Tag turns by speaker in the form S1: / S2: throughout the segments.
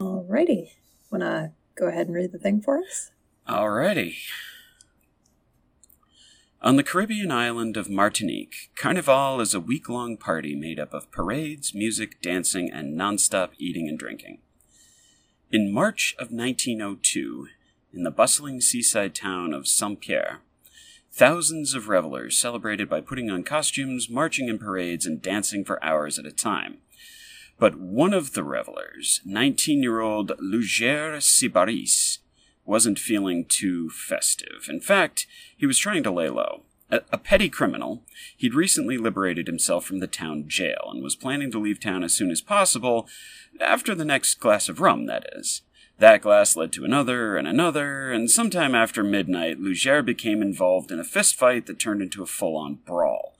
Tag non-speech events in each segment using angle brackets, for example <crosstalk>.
S1: Alrighty. Want to go ahead and read the thing for us?
S2: Alrighty. On the Caribbean island of Martinique, Carnival is a week long party made up of parades, music, dancing, and nonstop eating and drinking. In March of 1902, in the bustling seaside town of Saint Pierre, thousands of revelers celebrated by putting on costumes, marching in parades, and dancing for hours at a time. But one of the revelers, 19 year old Luger Sibaris, wasn't feeling too festive. In fact, he was trying to lay low. A, a petty criminal, he'd recently liberated himself from the town jail and was planning to leave town as soon as possible, after the next glass of rum, that is. That glass led to another and another, and sometime after midnight, Luger became involved in a fistfight that turned into a full on brawl.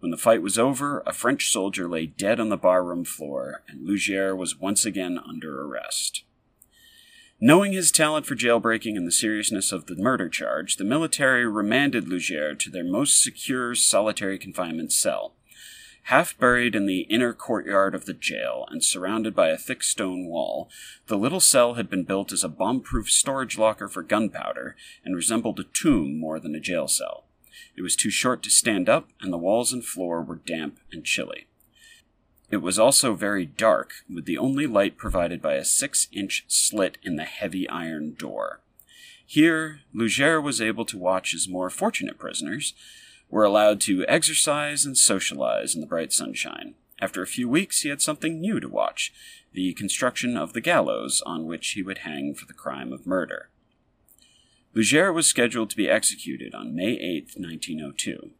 S2: When the fight was over, a French soldier lay dead on the barroom floor, and Lugier was once again under arrest. Knowing his talent for jailbreaking and the seriousness of the murder charge, the military remanded Lugier to their most secure solitary confinement cell, half buried in the inner courtyard of the jail and surrounded by a thick stone wall. The little cell had been built as a bomb-proof storage locker for gunpowder and resembled a tomb more than a jail cell. It was too short to stand up, and the walls and floor were damp and chilly. It was also very dark, with the only light provided by a six inch slit in the heavy iron door. Here, Luger was able to watch as more fortunate prisoners were allowed to exercise and socialize in the bright sunshine. After a few weeks, he had something new to watch the construction of the gallows on which he would hang for the crime of murder. Luger was scheduled to be executed on May 8, 1902.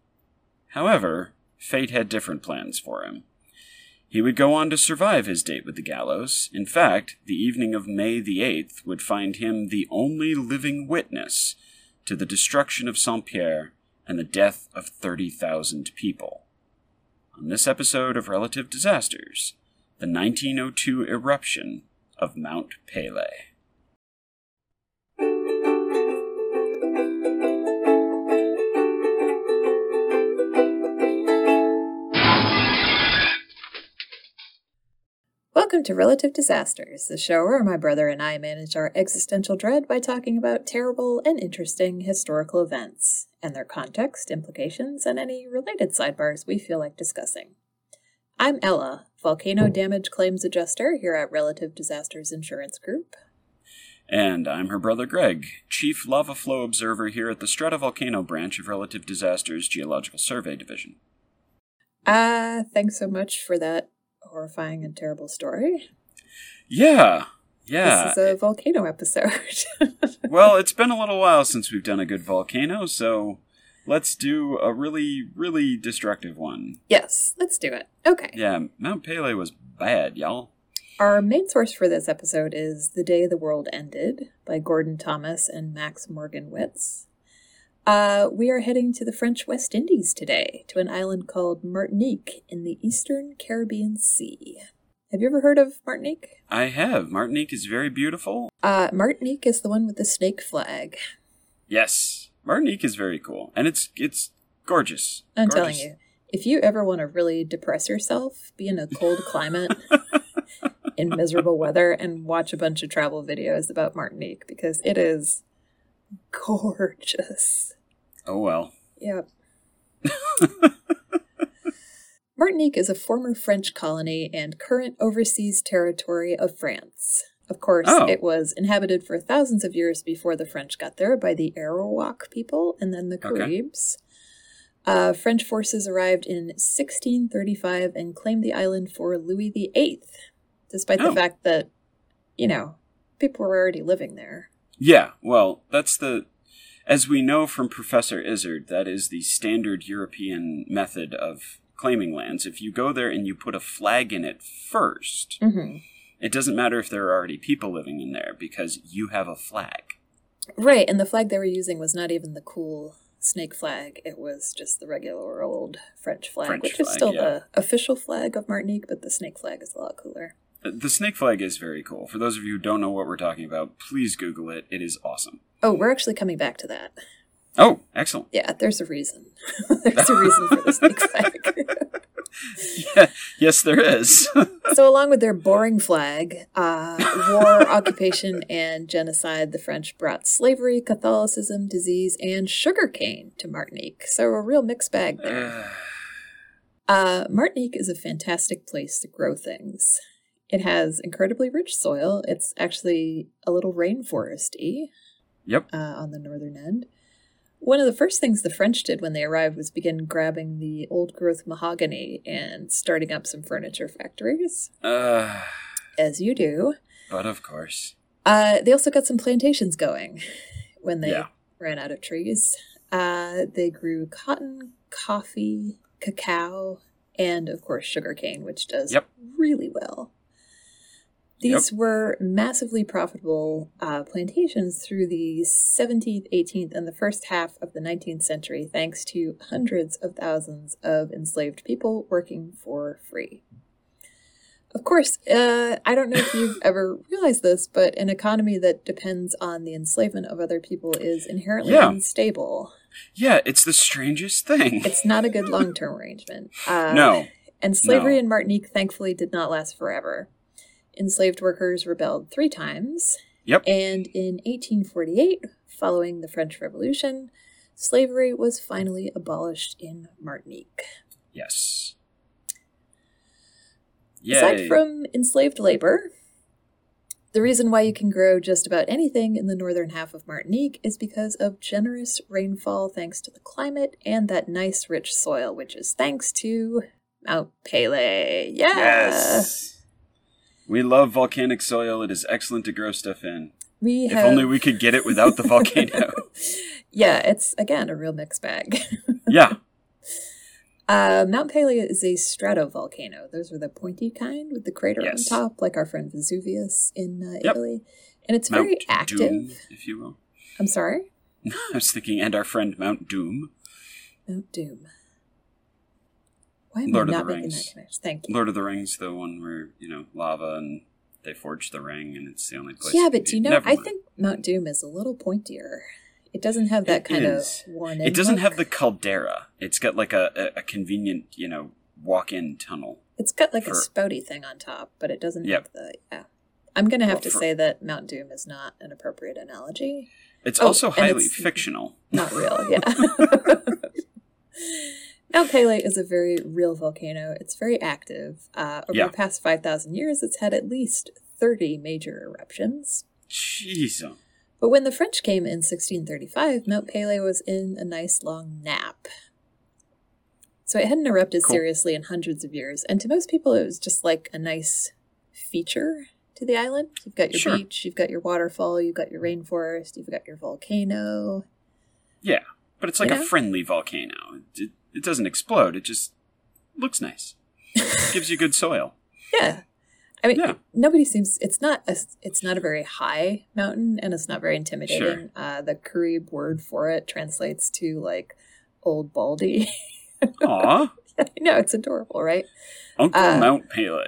S2: However, fate had different plans for him. He would go on to survive his date with the gallows. In fact, the evening of May the 8th would find him the only living witness to the destruction of Saint Pierre and the death of 30,000 people. On this episode of Relative Disasters, the 1902 eruption of Mount Pelee.
S1: Welcome to Relative Disasters, the show where my brother and I manage our existential dread by talking about terrible and interesting historical events and their context, implications, and any related sidebars we feel like discussing. I'm Ella, volcano damage claims adjuster here at Relative Disasters Insurance Group.
S2: And I'm her brother Greg, Chief Lava Flow Observer here at the Stratovolcano Branch of Relative Disasters Geological Survey Division.
S1: Ah, thanks so much for that horrifying and terrible story.
S2: Yeah, yeah.
S1: This is a volcano episode. <laughs>
S2: <laughs> well, it's been a little while since we've done a good volcano, so let's do a really, really destructive one.
S1: yes, let's do it. Okay.
S2: Yeah, Mount Pele was bad, y'all.
S1: Our main source for this episode is The Day the World Ended by Gordon Thomas and Max Morganwitz. Uh, we are heading to the French West Indies today, to an island called Martinique in the eastern Caribbean Sea. Have you ever heard of Martinique?
S2: I have. Martinique is very beautiful.
S1: Uh, Martinique is the one with the snake flag.
S2: Yes, Martinique is very cool, and it's it's gorgeous.
S1: I'm
S2: Gorgeous.
S1: telling you, if you ever want to really depress yourself, be in a cold climate, in miserable weather, and watch a bunch of travel videos about Martinique because it is gorgeous.
S2: Oh well. <laughs>
S1: Yep. Martinique is a former French colony and current overseas territory of France. Of course,
S2: Oh.
S1: it was inhabited for thousands of years before the French got there by the Arawak people and then the
S2: Okay.
S1: Caribs. Uh, French forces arrived in 1635 and claimed the island for Louis VIII, despite
S2: Oh.
S1: the fact that, you know, people were already living there.
S2: Yeah, well, that's the as we know from Professor Izzard, that is the standard European method of claiming lands. If you go there and you put a flag in it first,
S1: Mm-hmm.
S2: it doesn't matter if there are already people living in there because you have a flag.
S1: Right, and the flag they were using was not even the cool snake flag. It was just the regular old French flag,
S2: French
S1: which is
S2: flag,
S1: still
S2: yeah.
S1: the official flag of Martinique, but the snake flag is a lot cooler.
S2: Uh, The snake flag is very cool. For those of you who don't know what we're talking about, please Google it. It is awesome.
S1: Oh, we're actually coming back to that.
S2: Oh, excellent.
S1: <laughs>
S2: <laughs>
S1: Yeah, there's a reason. there's a reason for the snake flag.
S2: yeah, yes, there
S1: <laughs>
S2: is. <laughs>
S1: So, along with their boring flag, uh,
S2: <laughs>
S1: war, occupation, and genocide, the French brought slavery, Catholicism, disease, and sugarcane to Martinique. So, a real mixed bag there.
S2: Uh,
S1: Uh, Martinique is a fantastic place to grow things. It has incredibly rich soil. It's actually a little rainforesty
S2: yep.
S1: uh, on the northern end. One of the first things the French did when they arrived was begin grabbing the old growth mahogany and starting up some furniture factories,
S2: Uh,
S1: as you do.
S2: but of course.
S1: Uh, they also got some plantations going <laughs> when they
S2: Yeah.
S1: ran out of trees. Uh, they grew cotton, coffee, cacao, and of course sugarcane, which does
S2: Yep.
S1: really well. These were massively profitable uh, plantations through the 17th, 18th, and the first half of the 19th century, thanks to hundreds of thousands of enslaved people working for free. Of course, uh, I don't know if you've ever realized this, but an economy that depends on the enslavement of other people is inherently
S2: Yeah.
S1: unstable.
S2: Yeah, it's the strangest thing.
S1: It's not a good long term arrangement. Uh,
S2: no.
S1: And slavery
S2: No.
S1: in Martinique thankfully did not last forever. Enslaved workers rebelled three times,
S2: Yep.
S1: and in 1848, following the French Revolution, slavery was finally abolished in Martinique.
S2: Yes. Yay.
S1: Aside from enslaved labor, the reason why you can grow just about anything in the northern half of Martinique is because of generous rainfall thanks to the climate and that nice rich soil, which is thanks to Mount Pele. Yeah.
S2: yes. We love volcanic soil. It is excellent to grow stuff in.
S1: We
S2: If
S1: have...
S2: only we could get it without
S1: <laughs>
S2: the volcano. <laughs>
S1: yeah, it's again a real mixed bag.
S2: yeah.
S1: Uh, Mount Pele is a stratovolcano. Those are the pointy kind with the crater
S2: Yes.
S1: on top, like our friend Vesuvius in uh,
S2: Yep.
S1: Italy. And it's very
S2: Mount
S1: active.
S2: Doom, if you will.
S1: I'm sorry,
S2: I was thinking, and our friend Mount Doom,
S1: Mount Doom. Why am
S2: Lord
S1: I
S2: of the
S1: not making
S2: Rings.
S1: that connection? Thank you.
S2: Lord of the Rings, the one where you know lava and they forge the ring, and it's the only place.
S1: yeah,
S2: it
S1: but
S2: could
S1: do
S2: be.
S1: you know?
S2: Never
S1: I
S2: mind.
S1: think Mount Doom is a little pointier. It doesn't have that
S2: It
S1: kind
S2: is.
S1: of worn.
S2: it doesn't have the caldera. It's got like a, a, a convenient, you know, walk-in tunnel.
S1: It's got like a
S2: for-
S1: spouty thing on top, but it doesn't
S2: Yep.
S1: have the. Yeah, I'm gonna have
S2: Well,
S1: to
S2: for-
S1: say that Mount Doom is not an appropriate analogy.
S2: It's
S1: Oh,
S2: also
S1: and
S2: highly
S1: it's-
S2: fictional.
S1: not
S2: <laughs>
S1: real. Yeah. Mount Pele is a very real volcano. It's very active. Uh, over
S2: Yeah.
S1: the past 5,000 years, it's had at least 30 major eruptions.
S2: Jeez.
S1: But when the French came in 1635, Mount Pele was in a nice long nap. So it hadn't erupted
S2: Cool.
S1: seriously in hundreds of years. And to most people, it was just like a nice feature to the island. You've got your
S2: Sure.
S1: beach, you've got your waterfall, you've got your rainforest, you've got your volcano.
S2: Yeah, but it's like
S1: Yeah.
S2: a friendly volcano. It, it doesn't explode. It just looks nice.
S1: <laughs>
S2: gives you good soil.
S1: Yeah. I mean,
S2: Yeah.
S1: nobody seems it's not a it's not a very high mountain and it's not very intimidating.
S2: Sure.
S1: Uh, the Carib word for it translates to like old baldy. <laughs>
S2: Aw,
S1: I know it's adorable, right?
S2: Uncle
S1: Uh,
S2: Mount Pele.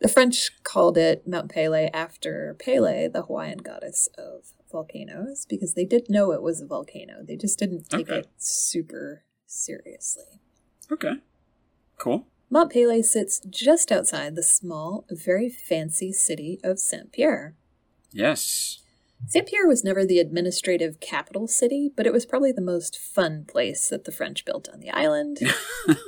S1: The French called it Mount Pele after Pele, the Hawaiian goddess of volcanoes, because they did know it was a volcano. They just didn't take
S2: Okay.
S1: it super seriously.
S2: okay, cool.
S1: Mont Pelee sits just outside the small, very fancy city of Saint Pierre.
S2: Yes.
S1: Saint Pierre was never the administrative capital city, but it was probably the most fun place that the French built on the island.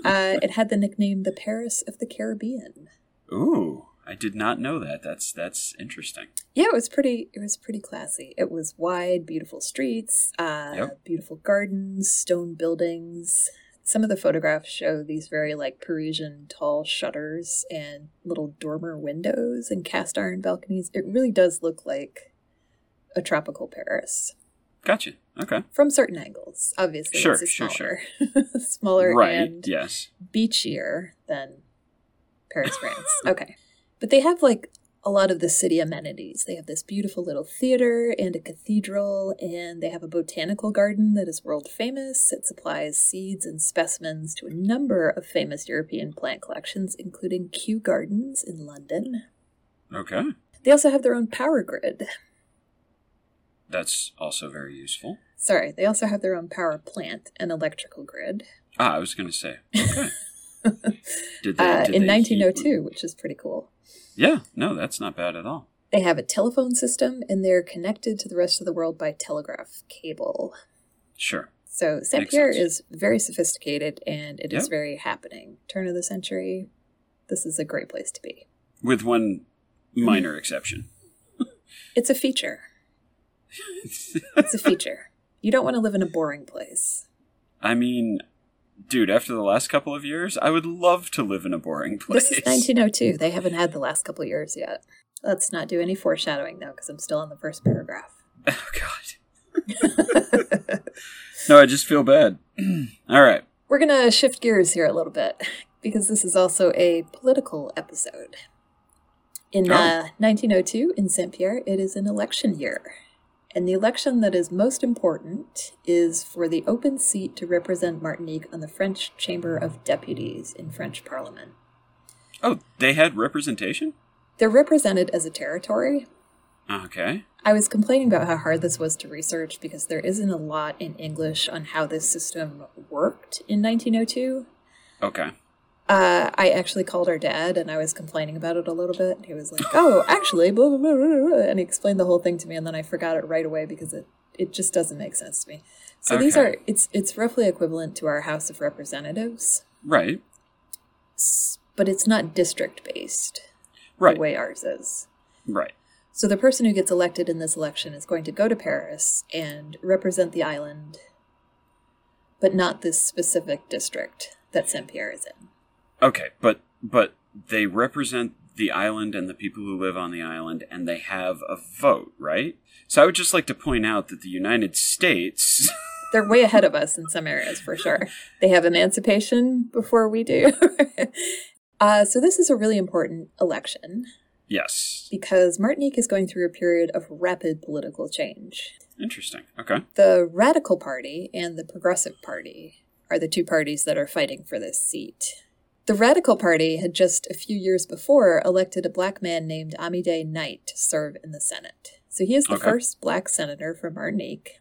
S1: uh, it had the nickname the Paris of the Caribbean.
S2: Ooh, I did not know that. That's that's interesting.
S1: Yeah, it was pretty. It was pretty classy. It was wide, beautiful streets, uh,
S2: Yep.
S1: beautiful gardens, stone buildings. Some of the photographs show these very like Parisian tall shutters and little dormer windows and cast iron balconies. It really does look like a tropical Paris.
S2: Gotcha. Okay.
S1: from certain angles. Obviously,
S2: Sure,
S1: it's a
S2: sure,
S1: smaller, <laughs> smaller
S2: right.
S1: and
S2: Yes.
S1: beachier than Paris, France. okay, but they have like a lot of the city amenities. They have this beautiful little theater and a cathedral, and they have a botanical garden that is world famous. It supplies seeds and specimens to a number of famous European plant collections, including Kew Gardens in London.
S2: Okay.
S1: They also have their own power grid.
S2: That's also very useful.
S1: Sorry, they also have their own power plant and electrical grid. <laughs>
S2: Ah, I was going to say. Did
S1: uh,
S2: did
S1: in
S2: they heat-
S1: 1902, which is pretty cool.
S2: Yeah, no, that's not bad at all.
S1: They have a telephone system and they're connected to the rest of the world by telegraph cable.
S2: Sure.
S1: So Saint
S2: Makes
S1: Pierre
S2: sense.
S1: is very sophisticated and it is
S2: Yep.
S1: very happening. Turn of the century. This is a great place to be.
S2: With one minor exception.
S1: It's a
S2: <laughs>
S1: feature. It's a feature. You don't want to live in a boring place.
S2: I mean, dude, after the last couple of years, I would love to live in a boring place.
S1: This is 1902. They haven't had the last couple of years yet. Let's not do any foreshadowing though, because I'm still on the first paragraph.
S2: <laughs> Oh, God. <laughs> No, I just feel bad. <clears throat> all right.
S1: We're going to shift gears here a little bit because this is also a political episode. In
S2: Oh.
S1: uh, 1902, in Saint Pierre, it is an election year. And the election that is most important is for the open seat to represent Martinique on the French Chamber of Deputies in French Parliament.
S2: Oh, they had representation?
S1: They're represented as a territory.
S2: Okay.
S1: I was complaining about how hard this was to research because there isn't a lot in English on how this system worked in 1902.
S2: Okay.
S1: uh, I actually called our dad and I was complaining about it a little bit. He was like, "Oh, actually," blah, blah, blah, blah, blah," and he explained the whole thing to me, and then I forgot it right away because it it just doesn't make sense to me. So these
S2: Okay.
S1: are it's it's roughly equivalent to our House of Representatives,
S2: Right.
S1: s- but it's not district based
S2: Right.
S1: the way ours is.
S2: Right.
S1: So the person who gets elected in this election is going to go to Paris and represent the island, but not this specific district that Saint Pierre is in.
S2: Okay, but but they represent the island and the people who live on the island and they have a vote, right? So I would just like to point out that the United States <laughs>
S1: they're way ahead of us in some areas for sure. They have emancipation before we do. <laughs> uh, so this is a really important election
S2: Yes.
S1: because Martinique is going through a period of rapid political change.
S2: Interesting. Okay.
S1: The Radical Party and the Progressive Party are the two parties that are fighting for this seat. The Radical Party had just a few years before elected a black man named Amide Knight to serve in the Senate. So he is the
S2: Okay.
S1: first black senator from Martinique.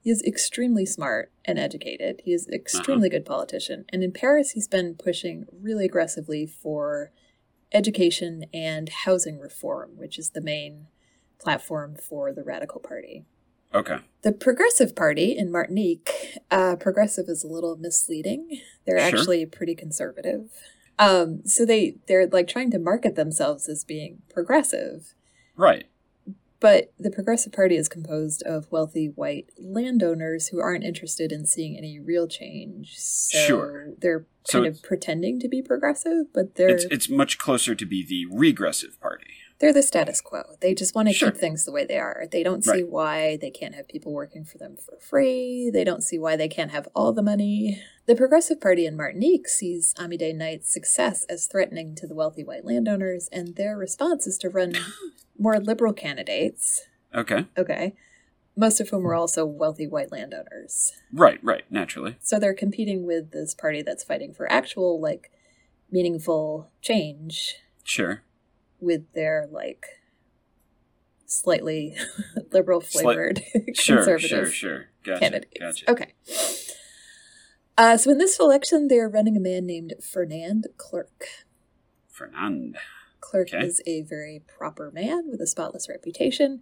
S1: He is extremely smart and educated. He is an extremely good politician. And in Paris, he's been pushing really aggressively for education and housing reform, which is the main platform for the Radical Party.
S2: Okay.
S1: The Progressive Party in Martinique, uh, progressive is a little misleading. They're
S2: Sure.
S1: actually pretty conservative. Um, so they they're like trying to market themselves as being progressive,
S2: Right.
S1: but the Progressive Party is composed of wealthy white landowners who aren't interested in seeing any real change. So
S2: Sure.
S1: They're
S2: So
S1: kind of pretending to be progressive, but they're
S2: It's it's much closer to be the regressive party.
S1: they're the status quo. They just want to
S2: Sure.
S1: keep things the way they are. They don't see
S2: Right.
S1: why they can't have people working for them for free. They don't see why they can't have all the money. The Progressive Party in Martinique sees Amide Knight's success as threatening to the wealthy white landowners, and their response is to
S2: <gasps>
S1: run more liberal candidates.
S2: Okay.
S1: Okay. Most of whom are also wealthy white landowners.
S2: Right, right, naturally.
S1: So they're competing with this party that's fighting for actual, like, meaningful change
S2: Sure.
S1: with their like slightly <laughs> liberal
S2: Slight-
S1: flavored <laughs>
S2: Sure,
S1: conservative
S2: sure, sure. Gotcha.
S1: candidates. Oh.
S2: Gotcha.
S1: Okay. Uh, so in this election, they are running a man named Fernand Clerk.
S2: Fernand.
S1: Clerk
S2: Okay.
S1: is a very proper man with a spotless reputation.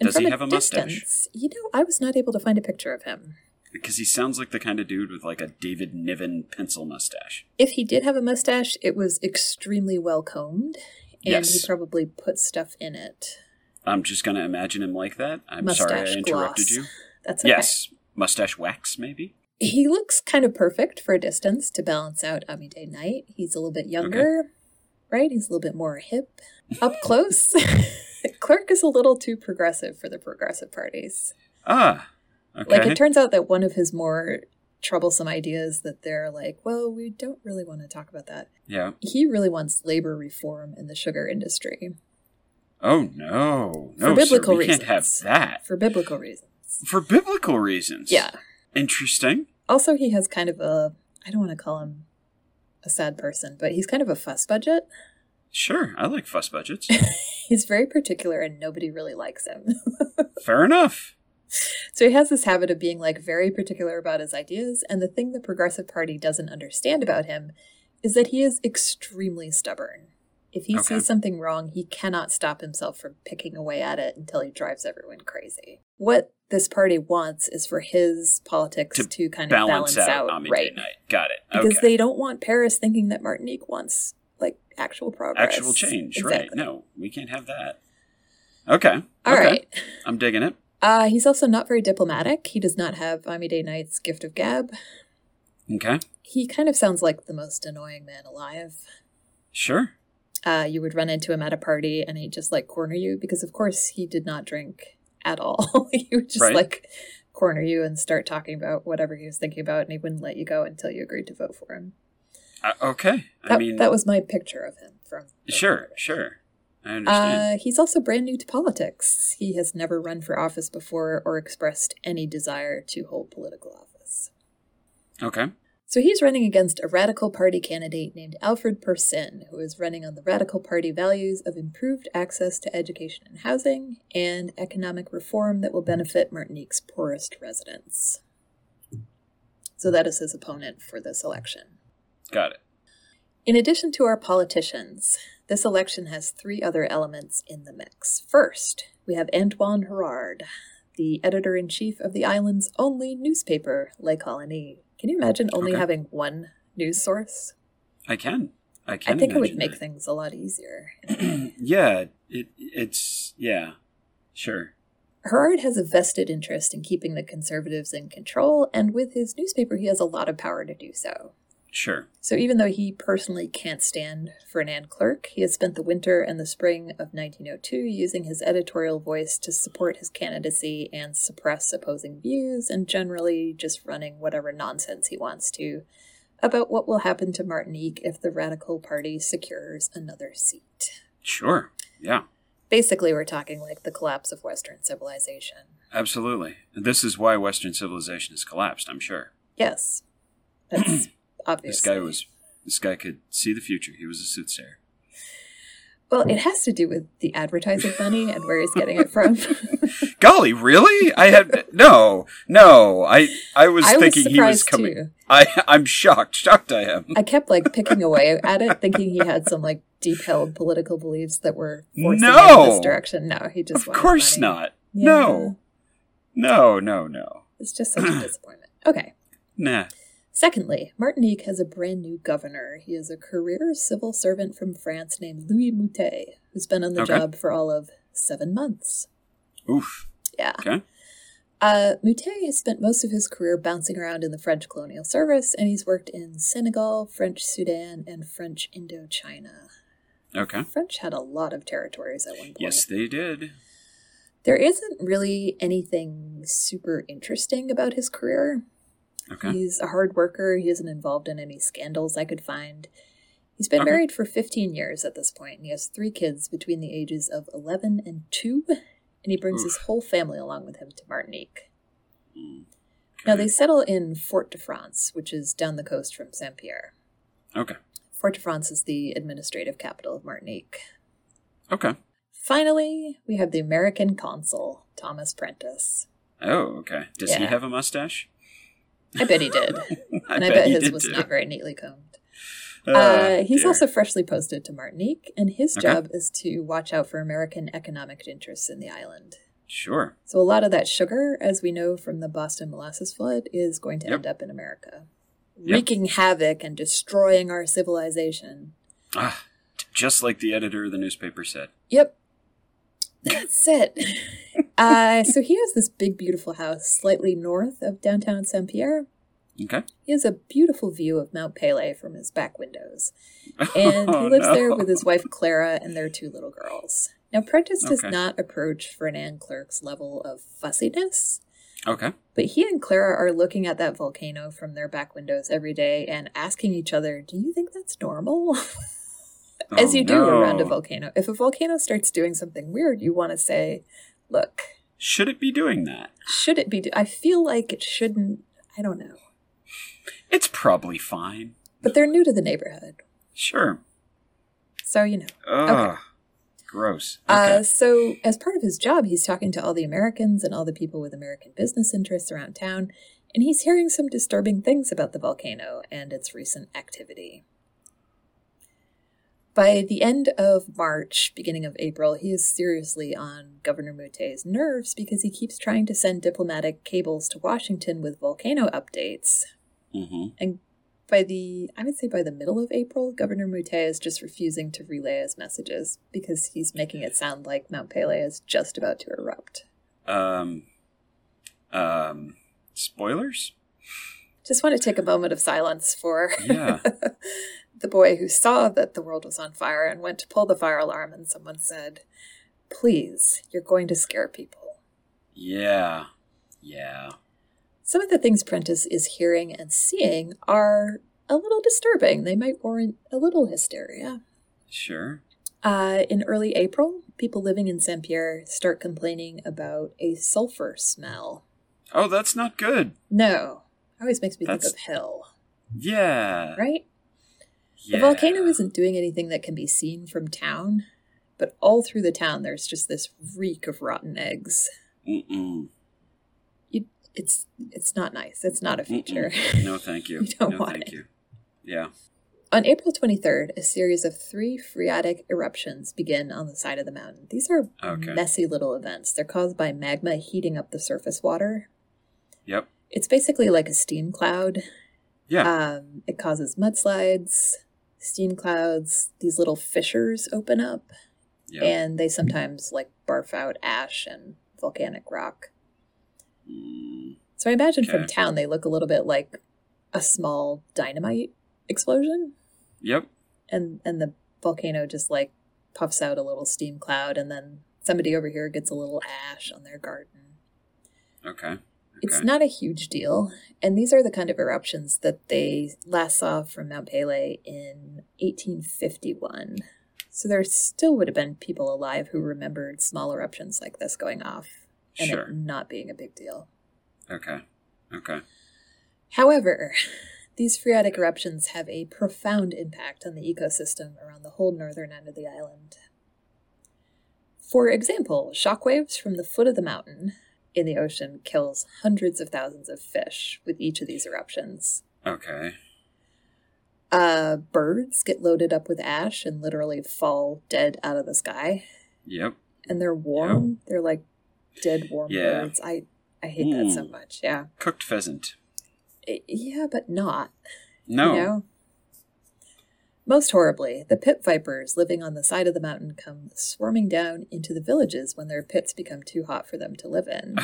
S2: Does he have a mustache?
S1: you know, I was not able to find a picture of him.
S2: Because he sounds like the kind of dude with like a David Niven pencil mustache.
S1: If he did have a mustache, it was extremely well combed, and he
S2: Yes.
S1: probably put stuff in it.
S2: I'm just gonna imagine him like that. I'm sorry I
S1: Mustache
S2: interrupted
S1: gloss.
S2: you.
S1: That's okay.
S2: Yes. Mustache wax, maybe?
S1: he looks kind of perfect for a distance to balance out Amide Knight. He's a little bit younger, right? He's a little bit more hip. Up close, <laughs> Clerk is a little too progressive for the progressive parties.
S2: Ah. Okay.
S1: Like, it turns out that one of his more troublesome ideas that they're like, well, we don't really want to talk about that.
S2: yeah.
S1: He really wants labor reform in the sugar industry
S2: Oh no.
S1: For
S2: No,
S1: biblical
S2: sir, we can't have
S1: reasons.
S2: that.
S1: for biblical reasons.
S2: For biblical reasons.
S1: Yeah.
S2: Interesting.
S1: Also, he has kind of a, I don't want to call him a sad person, but he's kind of a fuss budget.
S2: Sure, I like fuss budgets.
S1: He's very particular and nobody really likes him. <laughs>
S2: Fair enough.
S1: so he has this habit of being like very particular about his ideas, and the thing the Progressive Party doesn't understand about him is that he is extremely stubborn. If he
S2: Okay.
S1: sees something wrong, he cannot stop himself from picking away at it until he drives everyone crazy. What this party wants is for his politics
S2: To
S1: to, kind of
S2: Balance,
S1: balance,
S2: out, Ami
S1: right?
S2: Day Night. Got it.
S1: Because
S2: okay.
S1: they don't want Paris thinking that Martinique wants like actual progress,
S2: Actual change, right?
S1: Exactly.
S2: No, we can't have that. Okay.
S1: All
S2: okay.
S1: right.
S2: I'm digging it.
S1: Uh, he's also not very diplomatic. He does not have Ami Day Knight's gift of gab.
S2: Okay.
S1: He kind of sounds like the most annoying man alive.
S2: Sure.
S1: Uh, you would run into him at a party and he'd just like corner you because, of course, he did not drink at all. <laughs> he would just
S2: Right.
S1: like corner you and start talking about whatever he was thinking about and he wouldn't let you go until you agreed to vote for him.
S2: Uh, okay.
S1: That,
S2: I mean,
S1: that was my picture of him from.
S2: sure, sure. I understand.
S1: Uh, he's also brand new to politics. He has never run for office before or expressed any desire to hold political office.
S2: okay.
S1: So he's running against a radical party candidate named Alfred Persin, who is running on the radical party values of improved access to education and housing and economic reform that will benefit Martinique's poorest residents. So that is his opponent for this election.
S2: Got it.
S1: In addition to our politicians, this election has three other elements in the mix. First, we have Antoine Herard, the editor in chief of the island's only newspaper, La Colonie. Can you imagine only
S2: Okay.
S1: having one news source?
S2: I can. I can.
S1: I think it would
S2: imagine
S1: make
S2: that.
S1: things a lot easier. <clears throat>
S2: yeah. It. It's. Yeah. Sure.
S1: Herard has a vested interest in keeping the conservatives in control, and with his newspaper, he has a lot of power to do so.
S2: Sure.
S1: So even though he personally can't stand Fernand Clerk, he has spent the winter and the spring of 1902 using his editorial voice to support his candidacy and suppress opposing views and generally just running whatever nonsense he wants to about what will happen to Martinique if the radical party secures another seat.
S2: Sure. Yeah.
S1: Basically, we're talking like the collapse of Western civilization.
S2: Absolutely. This is why Western civilization has collapsed. I'm sure.
S1: Yes, that's obvious.
S2: <clears throat> This guy was. This guy could see the future. He was a soothsayer.
S1: Well, it has to do with the advertising money and where he's getting it
S2: <laughs>
S1: from.
S2: Golly, really? I had no, no. I I was
S1: I was
S2: thinking he was
S1: surprised
S2: coming.
S1: too.
S2: I I'm shocked. Shocked I am.
S1: I kept like picking away at it, thinking he had some like deep held political beliefs that were forcing him
S2: No!
S1: in this direction. No, he just
S2: of
S1: wanted
S2: course
S1: money.
S2: not.
S1: Yeah.
S2: No. No, no, no.
S1: It's just such a disappointment. Okay.
S2: Nah.
S1: Secondly, Martinique has a brand new governor. He is a career civil servant from France named Louis Moutet, who's been on the
S2: Okay.
S1: job for all of seven months.
S2: Oof.
S1: Yeah.
S2: Okay.
S1: Uh, Moutet has spent most of his career bouncing around in the French colonial service, and he's worked in Senegal, French Sudan, and French Indochina.
S2: Okay.
S1: French had a lot of territories at one point.
S2: Yes, they did.
S1: There isn't really anything super interesting about his career.
S2: Okay.
S1: He's a hard worker. He isn't involved in any scandals I could find. He's been
S2: Okay.
S1: married for 15 years at this point, and he has three kids between the ages of 11 and 2, and he brings his
S2: Oof.
S1: whole family along with him to Martinique.
S2: Mm.
S1: Now, they settle in Fort de France, which is down the coast from Saint Pierre.
S2: Okay.
S1: Fort de France is the administrative capital of Martinique.
S2: Okay.
S1: Finally, we have the American consul, Thomas Prentice.
S2: Oh, okay. Does he
S1: Yeah.
S2: have a mustache? <laughs>
S1: I bet he did.
S2: I
S1: and I bet
S2: he
S1: his
S2: did
S1: was
S2: too.
S1: not very neatly combed.
S2: <laughs> Ah,
S1: uh, he's
S2: dear.
S1: also freshly posted to Martinique, and his
S2: Okay.
S1: job is to watch out for American economic interests in the island.
S2: sure.
S1: So a lot of that sugar, as we know from the Boston molasses flood, is going to
S2: Yep.
S1: end up in America,
S2: Yep.
S1: wreaking havoc and destroying our civilization.
S2: Ah, t- just like the editor of the newspaper said.
S1: Yep. That's
S2: <laughs>
S1: it. uh, so he has this big, beautiful house slightly north of downtown Saint Pierre.
S2: Okay. <laughs>
S1: He has a beautiful view of Mount Pele from his back windows. And he lives
S2: Oh, no.
S1: there with his wife Clara and their two little girls. Now, Prentice does
S2: Okay.
S1: not approach Fernand Clerk's level of fussiness,
S2: Okay.
S1: but he and Clara are looking at that volcano from their back windows every day and asking each other, Do you think that's normal? <laughs> As
S2: Oh,
S1: you do around a
S2: no.
S1: volcano. If a volcano starts doing something weird, you want to say, Look,
S2: Should it be doing that?
S1: should it be? Do- I feel like it shouldn't. I don't know.
S2: It's probably fine.
S1: But they're new to the neighborhood.
S2: Sure.
S1: So, you know.
S2: Ugh. Gross. Okay.
S1: Uh, so, as part of his job, he's talking to all the Americans and all the people with American business interests around town, and he's hearing some disturbing things about the volcano and its recent activity. By the end of March, beginning of April, he is seriously on Governor Mute's nerves because he keeps trying to send diplomatic cables to Washington with volcano updates.
S2: hmm
S1: And by the, I would say by the middle of April, Governor Mute is just refusing to relay his messages because he's making it sound like Mount Pele is just about to erupt.
S2: Um, um, spoilers?
S1: Just want to take a moment of silence for
S2: Yeah.
S1: <laughs> the boy who saw that the world was on fire and went to pull the fire alarm, and someone said, Please, you're going to scare people.
S2: yeah. Yeah.
S1: Some of the things Prentice is hearing and seeing are a little disturbing. They might warrant a little hysteria.
S2: Sure.
S1: Uh, in early April, people living in Saint Pierre start complaining about a sulfur smell.
S2: Oh, that's not good.
S1: No, always makes me
S2: That's-
S1: think of hell,
S2: Yeah.
S1: right?
S2: yeah.
S1: The volcano isn't doing anything that can be seen from town, but all through the town there's just this reek of rotten eggs.
S2: Mm-mm.
S1: It's it's not nice. It's not a feature.
S2: Mm-mm.
S1: <laughs>
S2: No, thank you.
S1: You don't
S2: no,
S1: want
S2: thank
S1: it.
S2: you. Yeah.
S1: On April 23rd, a series of three phreatic eruptions begin on the side of the mountain. These are
S2: Okay.
S1: messy little events. They're caused by magma heating up the surface water.
S2: Yep.
S1: It's basically like a steam cloud.
S2: <laughs> Yeah.
S1: Um, it causes mudslides, steam clouds, these little fissures open up,
S2: yeah.
S1: and they sometimes like barf out ash and volcanic rock.
S2: Mm,
S1: So I imagine from
S2: Okay.
S1: town they look a little bit like a small dynamite explosion.
S2: yep.
S1: and and the volcano just like puffs out a little steam cloud and then somebody over here gets a little ash on their garden
S2: Okay. okay.
S1: it's not a huge deal and these are the kind of eruptions that they last saw from mount pele in 1851 so there still would have been people alive who remembered small eruptions like this going off and it
S2: sure.
S1: not being a big deal
S2: Okay. Okay.
S1: However, <laughs> these phreatic eruptions have a profound impact on the ecosystem around the whole northern end of the island. For example, shockwaves from the foot of the mountain in the ocean kills hundreds of thousands of fish with each of these eruptions.
S2: Okay.
S1: Uh, birds get loaded up with ash and literally fall dead out of the sky,
S2: Yep.
S1: and they're warm. They're like dead warm
S2: Yeah.
S1: birds. I I hate that so
S2: Mm.
S1: much. Yeah,
S2: Cooked pheasant.
S1: I- yeah, but not.
S2: No.
S1: You know? Most horribly, the pit vipers living on the side of the mountain come swarming down into the villages when their pits become too hot for them to live
S2: <laughs>
S1: in.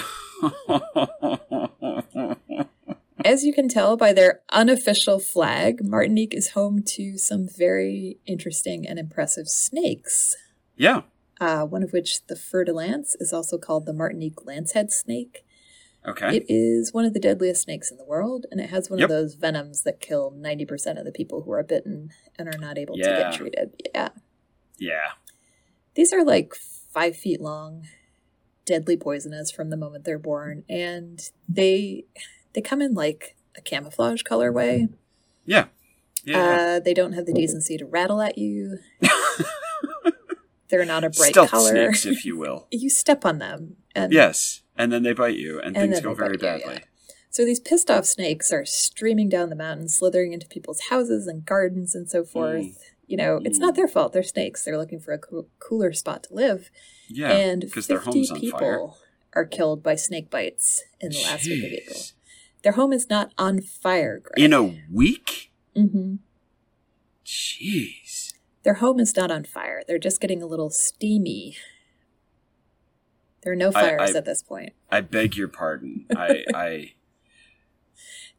S1: As you can tell by their unofficial flag, Martinique is home to some very interesting and impressive snakes.
S2: <laughs> yeah.
S1: Uh, one of which, the fur de lance, is also called the Martinique lancehead snake.
S2: Okay.
S1: It is one of the deadliest snakes in the world, and it has one
S2: Yep.
S1: of those venoms that kill 90% of the people who are bitten and are not able to
S2: Yeah.
S1: get treated. Yeah.
S2: yeah.
S1: These are like five feet long, deadly poisonous from the moment they're born, and they they come in like a camouflage colorway.
S2: Yeah. Yeah.
S1: Uh, they don't have the decency to rattle at you.
S2: <laughs>
S1: They're not a uh, bright
S2: Stealth
S1: color.
S2: snakes, if you will.
S1: <laughs> You step on them, and
S2: yes. And then they bite you, and,
S1: And
S2: things
S1: then
S2: go
S1: they
S2: very
S1: bite you, yeah.
S2: badly.
S1: so these pissed off snakes are streaming down the mountain, slithering into people's houses and gardens and so forth.
S2: Mm.
S1: You know, it's
S2: Mm.
S1: not their fault. They're snakes. They're looking for a coo- cooler spot to live.
S2: Yeah.
S1: and
S2: 'cause
S1: 50
S2: their home's on
S1: people
S2: fire.
S1: are killed by snake bites in the last week of April.
S2: Jeez.
S1: Their home is not on fire, Greg.
S2: In a week?
S1: hmm
S2: Jeez.
S1: Their home is not on fire. They're just getting a little steamy. There are no
S2: I-
S1: fires
S2: I-
S1: at this point.
S2: I beg your pardon. I, I, <laughs>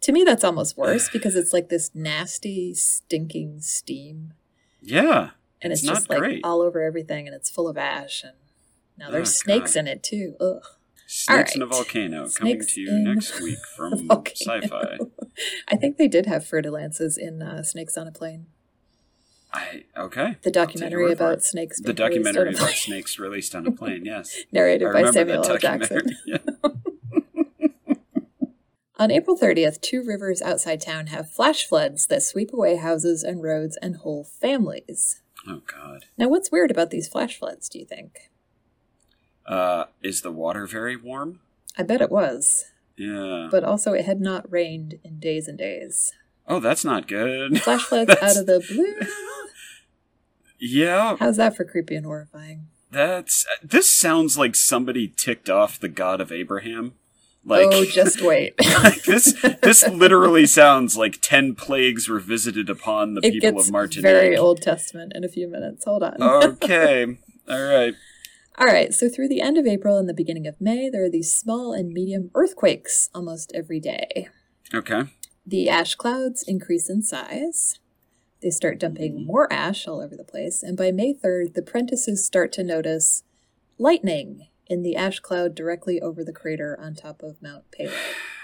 S1: To me, that's almost worse because it's like this nasty, stinking steam,
S2: yeah.
S1: and it's,
S2: It's not
S1: just like
S2: great.
S1: all over everything, and it's full of ash, and now there's
S2: Oh,
S1: snakes
S2: God.
S1: in it too. Ugh.
S2: Snakes in a
S1: right.
S2: volcano coming
S1: Snakes
S2: to you
S1: in <laughs>
S2: next week from
S1: Volcano.
S2: sci-fi.
S1: I think they did have fertilances in uh, Snakes on a Plane.
S2: I okay.
S1: The
S2: I'll take your
S1: documentary
S2: word for
S1: about
S2: it.
S1: snakes. being
S2: the
S1: released on
S2: documentary
S1: a
S2: about
S1: plane,
S2: snakes released on a plane. Yes, I
S1: <laughs> narrated by
S2: remember
S1: Samuel L.
S2: that
S1: Jackson.
S2: documentary. Yeah.
S1: On April 30th, two rivers outside town have flash floods that sweep away houses and roads and whole families.
S2: <laughs> Oh God.
S1: Now, what's weird about these flash floods, do you think?
S2: Uh, is the water very warm?
S1: I bet it was,
S2: Yeah.
S1: but also it had not rained in days and days.
S2: oh, that's not good. <laughs>
S1: Flash floods
S2: That's-
S1: out of the blue.
S2: Yeah,
S1: How's that for creepy and horrifying?
S2: that's. This sounds like somebody ticked off the God of Abraham. Like,
S1: oh, just wait.
S2: <laughs> like this this literally sounds like 10 plagues revisited upon the
S1: it
S2: people
S1: gets
S2: of Martinique. Uh.
S1: very Old Testament in a few minutes. Hold on.
S2: okay. All right.
S1: All right, so through the end of April and the beginning of May, there are these small and medium earthquakes almost every day.
S2: Okay.
S1: The ash clouds increase in size. They start dumping
S2: Mhm.
S1: more ash all over the place, and by May 3rd, the apprentices start to notice lightning in the ash cloud directly over the crater on top of Mount Pele.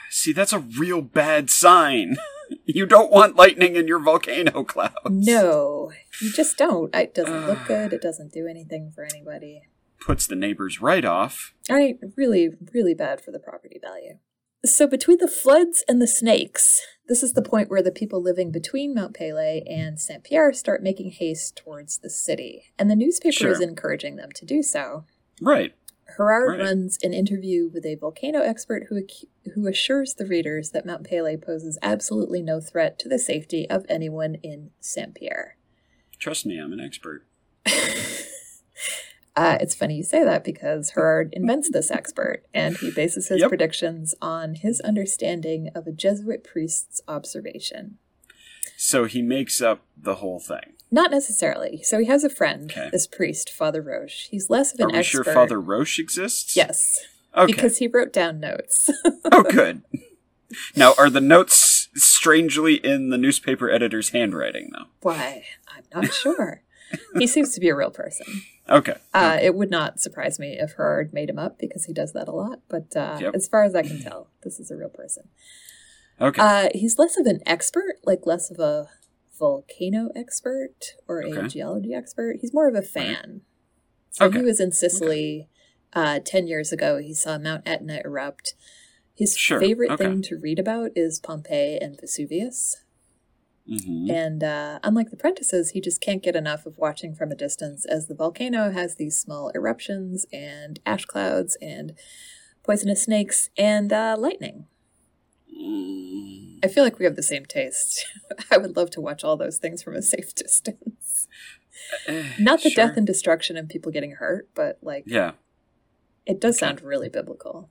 S2: See, that's a real bad sign. <laughs> you don't want lightning in your volcano clouds.
S1: No, you just don't. It doesn't look good. It doesn't do anything for anybody.
S2: Puts the neighbors right off.
S1: I really, really bad for the property value. So between the floods and the snakes, this is the point where the people living between Mount Pele and Saint Pierre start making haste towards the city, and the newspaper is
S2: Sure.
S1: encouraging them to do so.
S2: Right.
S1: Herard
S2: Right.
S1: runs an interview with a volcano expert who ac- who assures the readers that Mount Pele poses absolutely no threat to the safety of anyone in Saint Pierre.
S2: Trust me, I'm an expert.
S1: Uh, it's funny you say that because
S2: <laughs>
S1: Herard invents this expert, and he bases his
S2: Yep.
S1: predictions on his understanding of a Jesuit priest's observation.
S2: So he makes up the whole thing.
S1: Not necessarily. So he has a friend,
S2: Okay.
S1: this priest, Father Roche. He's less of an
S2: Are we
S1: expert.
S2: sure Father Roche exists?
S1: Yes,
S2: Okay.
S1: because he wrote down notes.
S2: <laughs>
S1: <laughs>
S2: oh, good. Now, are the notes strangely in the newspaper editor's handwriting, though?
S1: Why? I'm not
S2: <laughs>
S1: sure. he seems to be a real person.
S2: Okay.
S1: Uh, it would not surprise me if Herard made him up because he does that a lot. But uh,
S2: Yep.
S1: as far as I can tell, this is a real person.
S2: Okay.
S1: Uh, he's less of an expert, like less of a volcano expert or a
S2: Okay.
S1: geology expert. He's more of a fan. So
S2: Okay.
S1: he was in Sicily uh, 10 years ago. He saw Mount Etna erupt. His
S2: Sure.
S1: favorite
S2: Okay.
S1: thing to read about is Pompeii and Vesuvius.
S2: hmm
S1: And uh, unlike the Prentices, he just can't get enough of watching from a distance as the volcano has these small eruptions and ash clouds and poisonous snakes and uh, lightning.
S2: Mm.
S1: I feel like we have the same taste. <laughs> I would love to watch all those things from a safe <laughs> distance.
S2: Eh,
S1: Not the
S2: sure.
S1: death and destruction and people getting hurt, but like <laughs>
S2: Yeah.
S1: it does
S2: Okay.
S1: sound really biblical.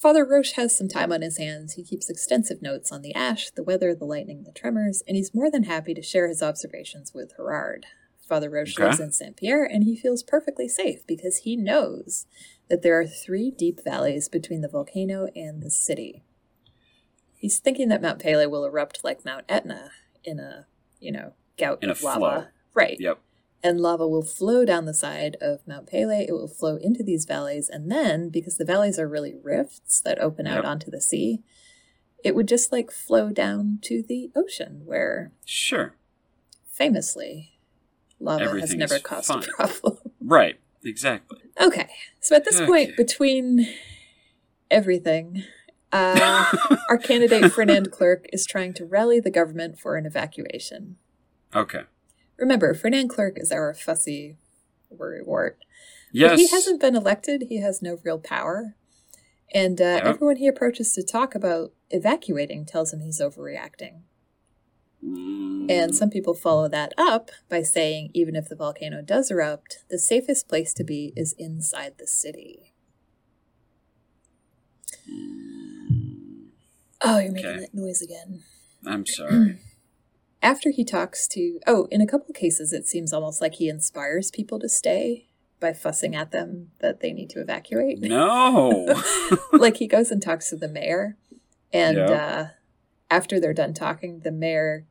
S1: Father Roche has some time on his hands. He keeps extensive notes on the ash, the weather, the lightning, the tremors, and he's more than happy to share his observations with Herard. Father Roche
S2: Okay.
S1: lives in Saint Pierre and he feels perfectly safe because he knows that there are three deep valleys between the volcano and the city. He's thinking that Mount Pele will erupt like Mount Etna in a, you know, gout
S2: In a
S1: of lava.
S2: flow.
S1: Right
S2: Yep.
S1: and lava will flow down the side of Mount Pele. It will flow into these valleys, and then because the valleys are really rifts that open out
S2: Yep.
S1: onto the sea, it would just like flow down to the ocean, where
S2: Sure.
S1: famously lava has
S2: Everything
S1: never
S2: is
S1: caused
S2: fine.
S1: a problem. <laughs>
S2: Right. Exactly.
S1: okay, so at this point,
S2: Okay.
S1: between everything. Uh, our candidate Fernand Clerk is trying to rally the government for an evacuation.
S2: <laughs> okay.
S1: Remember, Fernand Clerk is our fussy worrywart.
S2: Yes.
S1: If he hasn't been elected, he has no real power. And uh,
S2: Yeah.
S1: everyone he approaches to talk about evacuating tells him he's overreacting.
S2: Mm.
S1: And some people follow that up by saying even if the volcano does erupt, the safest place to be is inside the city. Oh, you're making
S2: Okay.
S1: that noise again.
S2: I'm sorry.
S1: After he talks to, oh, in a couple cases, it seems almost like he inspires people to stay by fussing at them that they need to evacuate. <laughs>
S2: no.
S1: like he goes and talks to the mayor and
S2: Yeah.
S1: uh, after they're done talking the mayor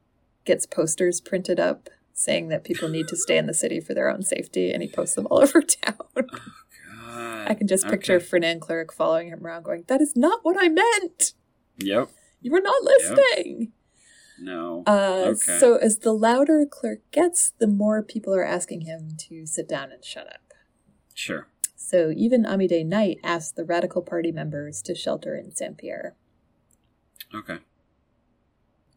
S1: gets posters printed up saying that people need to stay in the city for their own safety and he posts them all <laughs> over town i can just picture
S2: Okay.
S1: fernand cleric following him around going that is not what i meant
S2: Yep.
S1: you were not
S2: Yep.
S1: listening
S2: No.
S1: uh,
S2: Okay.
S1: so as the louder clerk gets the more people are asking him to sit down and shut up
S2: sure.
S1: so even amide knight asked the radical party members to shelter in saint pierre
S2: Okay.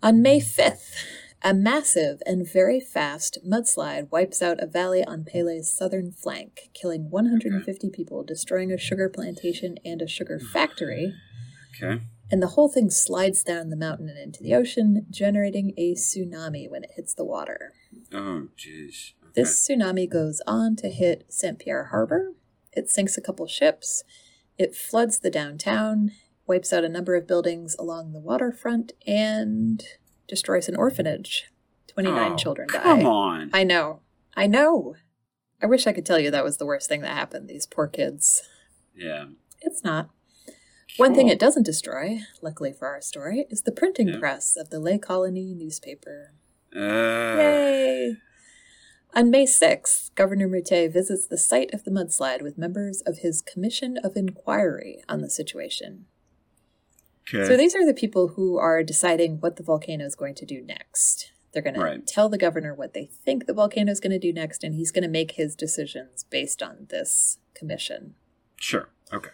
S1: On May 5th, a massive and very fast mudslide wipes out a valley on Pele's southern flank, killing 150 people, destroying a sugar plantation and a sugar factory,
S2: Okay.
S1: and the whole thing slides down the mountain and into the ocean, generating a tsunami when it hits the water.
S2: Oh, jeez. Okay.
S1: This tsunami goes on to hit St. Pierre Harbor. It sinks a couple ships. It floods the downtown, wipes out a number of buildings along the waterfront, and destroys an orphanage. 29
S2: Oh,
S1: children die.
S2: Come on.
S1: I know. I know. I wish I could tell you that was the worst thing that happened, these poor kids.
S2: yeah.
S1: It's not. One thing
S2: Cool.
S1: it doesn't destroy, luckily for our story, is the printing
S2: Yeah.
S1: press of the Lay Colony newspaper.
S2: Uh,
S1: Yay! On May 6th, Governor Mute visits the site of the mudslide with members of his Commission of Inquiry on the situation.
S2: okay.
S1: So these are the people who are deciding what the volcano is going to do next. They're going to
S2: Right.
S1: tell the governor what they think the volcano is going to do next, and he's going to make his decisions based on this commission.
S2: sure. Okay.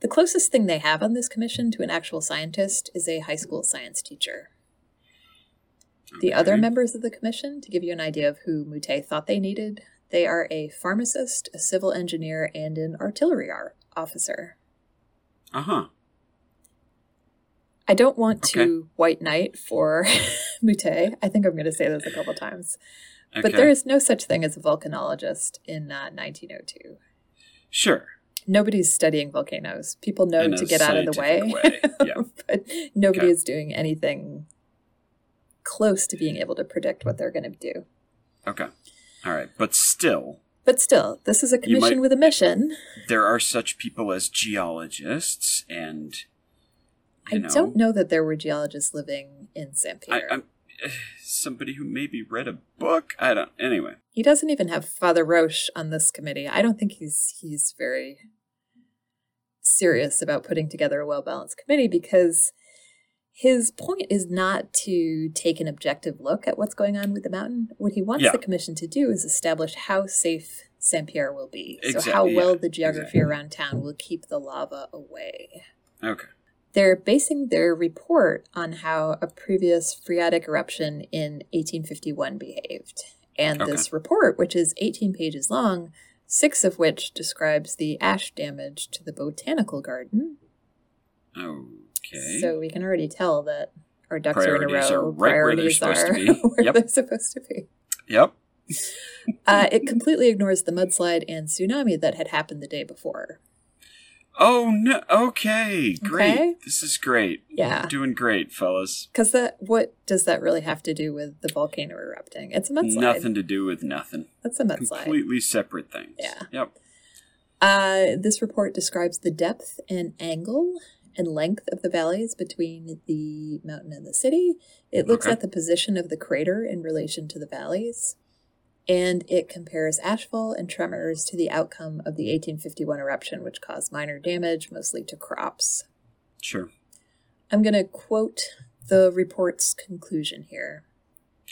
S1: The closest thing they have on this commission to an actual scientist is a high school science teacher. The other
S2: Okay.
S1: members of the commission, to give you an idea of who Mute thought they needed, they are a pharmacist, a civil engineer, and an artillery ar- officer.
S2: Uh huh.
S1: I don't want
S2: Okay.
S1: to white knight for <laughs> Mute. I think I'm going to say this a couple times.
S2: Okay.
S1: But there is no such thing as a volcanologist in uh, 1902.
S2: Sure.
S1: Nobody's studying volcanoes. People know
S2: In a
S1: to get out of the way,
S2: scientific
S1: <laughs>
S2: yeah.
S1: but nobody
S2: Okay.
S1: is doing anything close to being able to predict what they're going to do.
S2: Okay. All right. But still,
S1: But still, this is a
S2: You might-
S1: commission with a mission.
S2: there are such people as geologists and.
S1: I
S2: You know,
S1: don't know that there were geologists living in St.
S2: I,
S1: Pierre.
S2: I'm <sighs> somebody who maybe read a book. I don't. Anyway.
S1: he doesn't even have Father Roche on this committee. I don't think he's he's very serious about putting together a well-balanced committee because his point is not to take an objective look at what's going on with the mountain. What he wants
S2: Yeah.
S1: the commission to do is establish how safe St. Pierre will be. so
S2: Exact-
S1: how well
S2: yeah,
S1: the geography
S2: exactly.
S1: around town will keep the lava away
S2: Okay.
S1: they're basing their report on how a previous phreatic eruption in 1851 behaved. And
S2: Okay.
S1: this report, which is 18 pages long, six of which describes the ash damage to the botanical garden.
S2: Okay.
S1: So we can already tell that our ducks
S2: Priorities
S1: are in a
S2: are
S1: row.
S2: right where they're
S1: Priorities
S2: supposed
S1: are
S2: to be.
S1: <laughs> where
S2: Yep.
S1: they're supposed to be.
S2: yep.
S1: Uh, it completely ignores the mudslide and tsunami that had happened the day before.
S2: Oh no. Okay. Great.
S1: Okay.
S2: This is great.
S1: Yeah.
S2: <laughs> Doing great, fellas.
S1: Because that, what does that really have to do with the volcano erupting? It's a mudslide.
S2: Nothing to do with nothing.
S1: That's a mudslide.
S2: Completely separate things.
S1: Yeah.
S2: Yep.
S1: Uh, this report describes the depth and angle and length of the valleys between the mountain and the city. It looks
S2: Okay.
S1: at the position of the crater in relation to the valleys, and it compares ashfall and tremors to the outcome of the 1851 eruption, which caused minor damage, mostly to crops.
S2: Sure.
S1: I'm going to quote the report's conclusion here.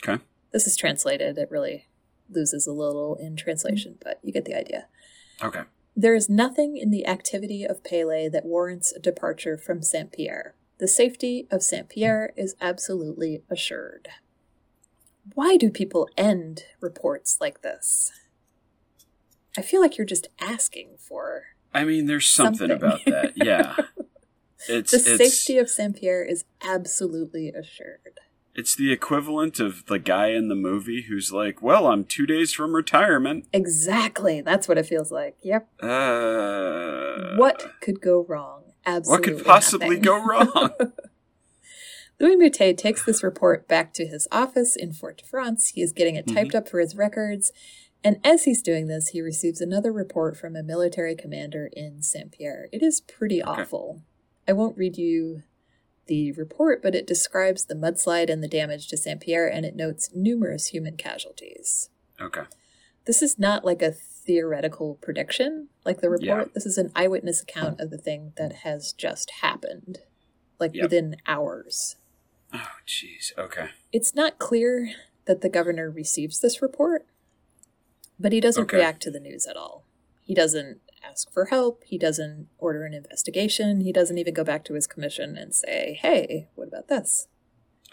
S2: Okay.
S1: This is translated, it really loses a little in translation, but you get the idea.
S2: Okay.
S1: There is nothing in the activity of Pele that warrants a departure from Saint Pierre. The safety of Saint Pierre is absolutely assured. Why do people end reports like this? I feel like you're just asking for
S2: I mean, there's something,
S1: Something. <laughs>
S2: about that. Yeah. It's
S1: the
S2: it's,
S1: safety of Saint Pierre is absolutely assured.
S2: it's the equivalent of the guy in the movie who's like, "Well, I'm two days from retirement."
S1: Exactly. That's what it feels like. Yep.
S2: Uh,
S1: what could go wrong?
S2: What
S1: Absolutely.
S2: could possibly
S1: nothing.
S2: go
S1: <laughs>
S2: wrong?
S1: Louis Moutet takes this report back to his office in Fort de France. He is getting it typed up for his records. And as he's doing this, he receives another report from a military commander in Saint Pierre. It is pretty awful. I won't read you the report, but it describes the mudslide and the damage to Saint Pierre, and it notes numerous human casualties.
S2: okay.
S1: This is not like a theoretical prediction, like the
S2: Yeah.
S1: report. This is an eyewitness account of the thing that has just happened, like
S2: Yep.
S1: within hours.
S2: Oh, jeez. Okay.
S1: It's not clear that the governor receives this report, but he doesn't
S2: Okay.
S1: react to the news at all. He doesn't ask for help. He doesn't order an investigation. He doesn't even go back to his commission and say, hey, what about this?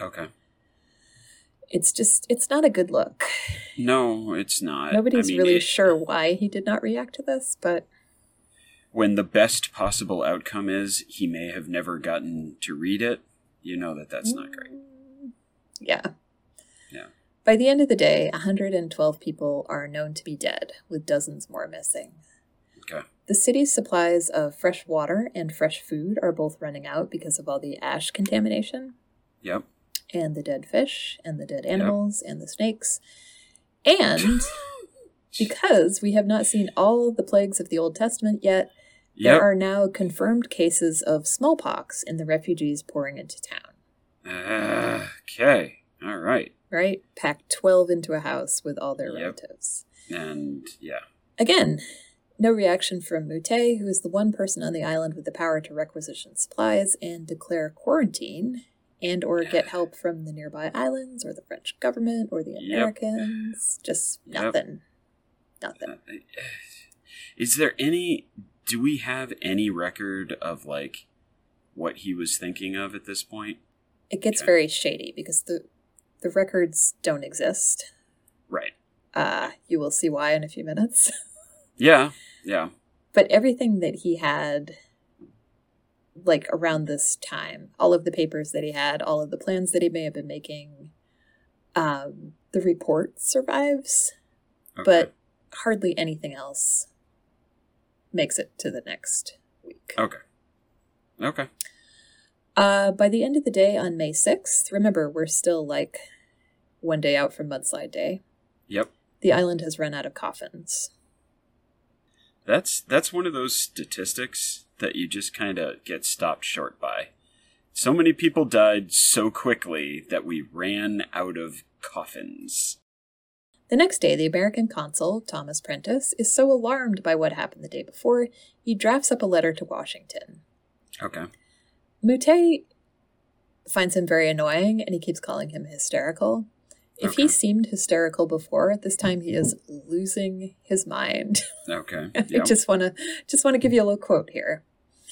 S2: Okay.
S1: It's just, it's not a good look.
S2: No, it's not. I
S1: Nobody's
S2: mean,
S1: really
S2: it-
S1: sure why he did not react to this, but
S2: when the best possible outcome is he may have never gotten to read it, you know that that's not great.
S1: Yeah.
S2: Yeah.
S1: By the end of the day, 112 people are known to be dead, with dozens more missing.
S2: Okay.
S1: The city's supplies of fresh water and fresh food are both running out because of all the ash contamination
S2: Yep.
S1: and the dead fish and the dead animals and the snakes.
S2: <laughs>
S1: And because we have not seen all of the plagues of the Old Testament yet, there
S2: Yep.
S1: are now confirmed cases of smallpox in the refugees pouring into town.
S2: okay. All right.
S1: Right? Pack 12 into a house with all their
S2: Yep.
S1: relatives.
S2: And yeah.
S1: Again, no reaction from Mute, who is the one person on the island with the power to requisition supplies and declare quarantine and or get help from the nearby islands or the French government or the
S2: Yep.
S1: Americans. Just
S2: Yep.
S1: nothing. Nothing.
S2: eh, Is there any do we have any record of like what he was thinking of at this point?
S1: It gets
S2: Okay.
S1: very shady because the the records don't exist.
S2: Right.
S1: Uh, you will see why in a few minutes.
S2: Yeah. Yeah.
S1: but everything that he had like around this time all of the papers that he had all of the plans that he may have been making um, the report survives
S2: Okay.
S1: but hardly anything else makes it to the next week
S2: Okay. Okay.
S1: uh, by the end of the day on may 6th remember we're still like one day out from mudslide day
S2: Yep.
S1: the island has run out of coffins
S2: That's that's one of those statistics that you just kind of get stopped short by. So many people died so quickly that we ran out of coffins.
S1: The next day, the American consul, Thomas Prentice, is so alarmed by what happened the day before, he drafts up a letter to Washington.
S2: Okay.
S1: Moutet finds him very annoying and he keeps calling him hysterical. If he
S2: Okay.
S1: seemed hysterical before, this time he is losing his mind. <laughs>
S2: Okay.
S1: I
S2: Yeah.
S1: just want to just want to give you a little quote here.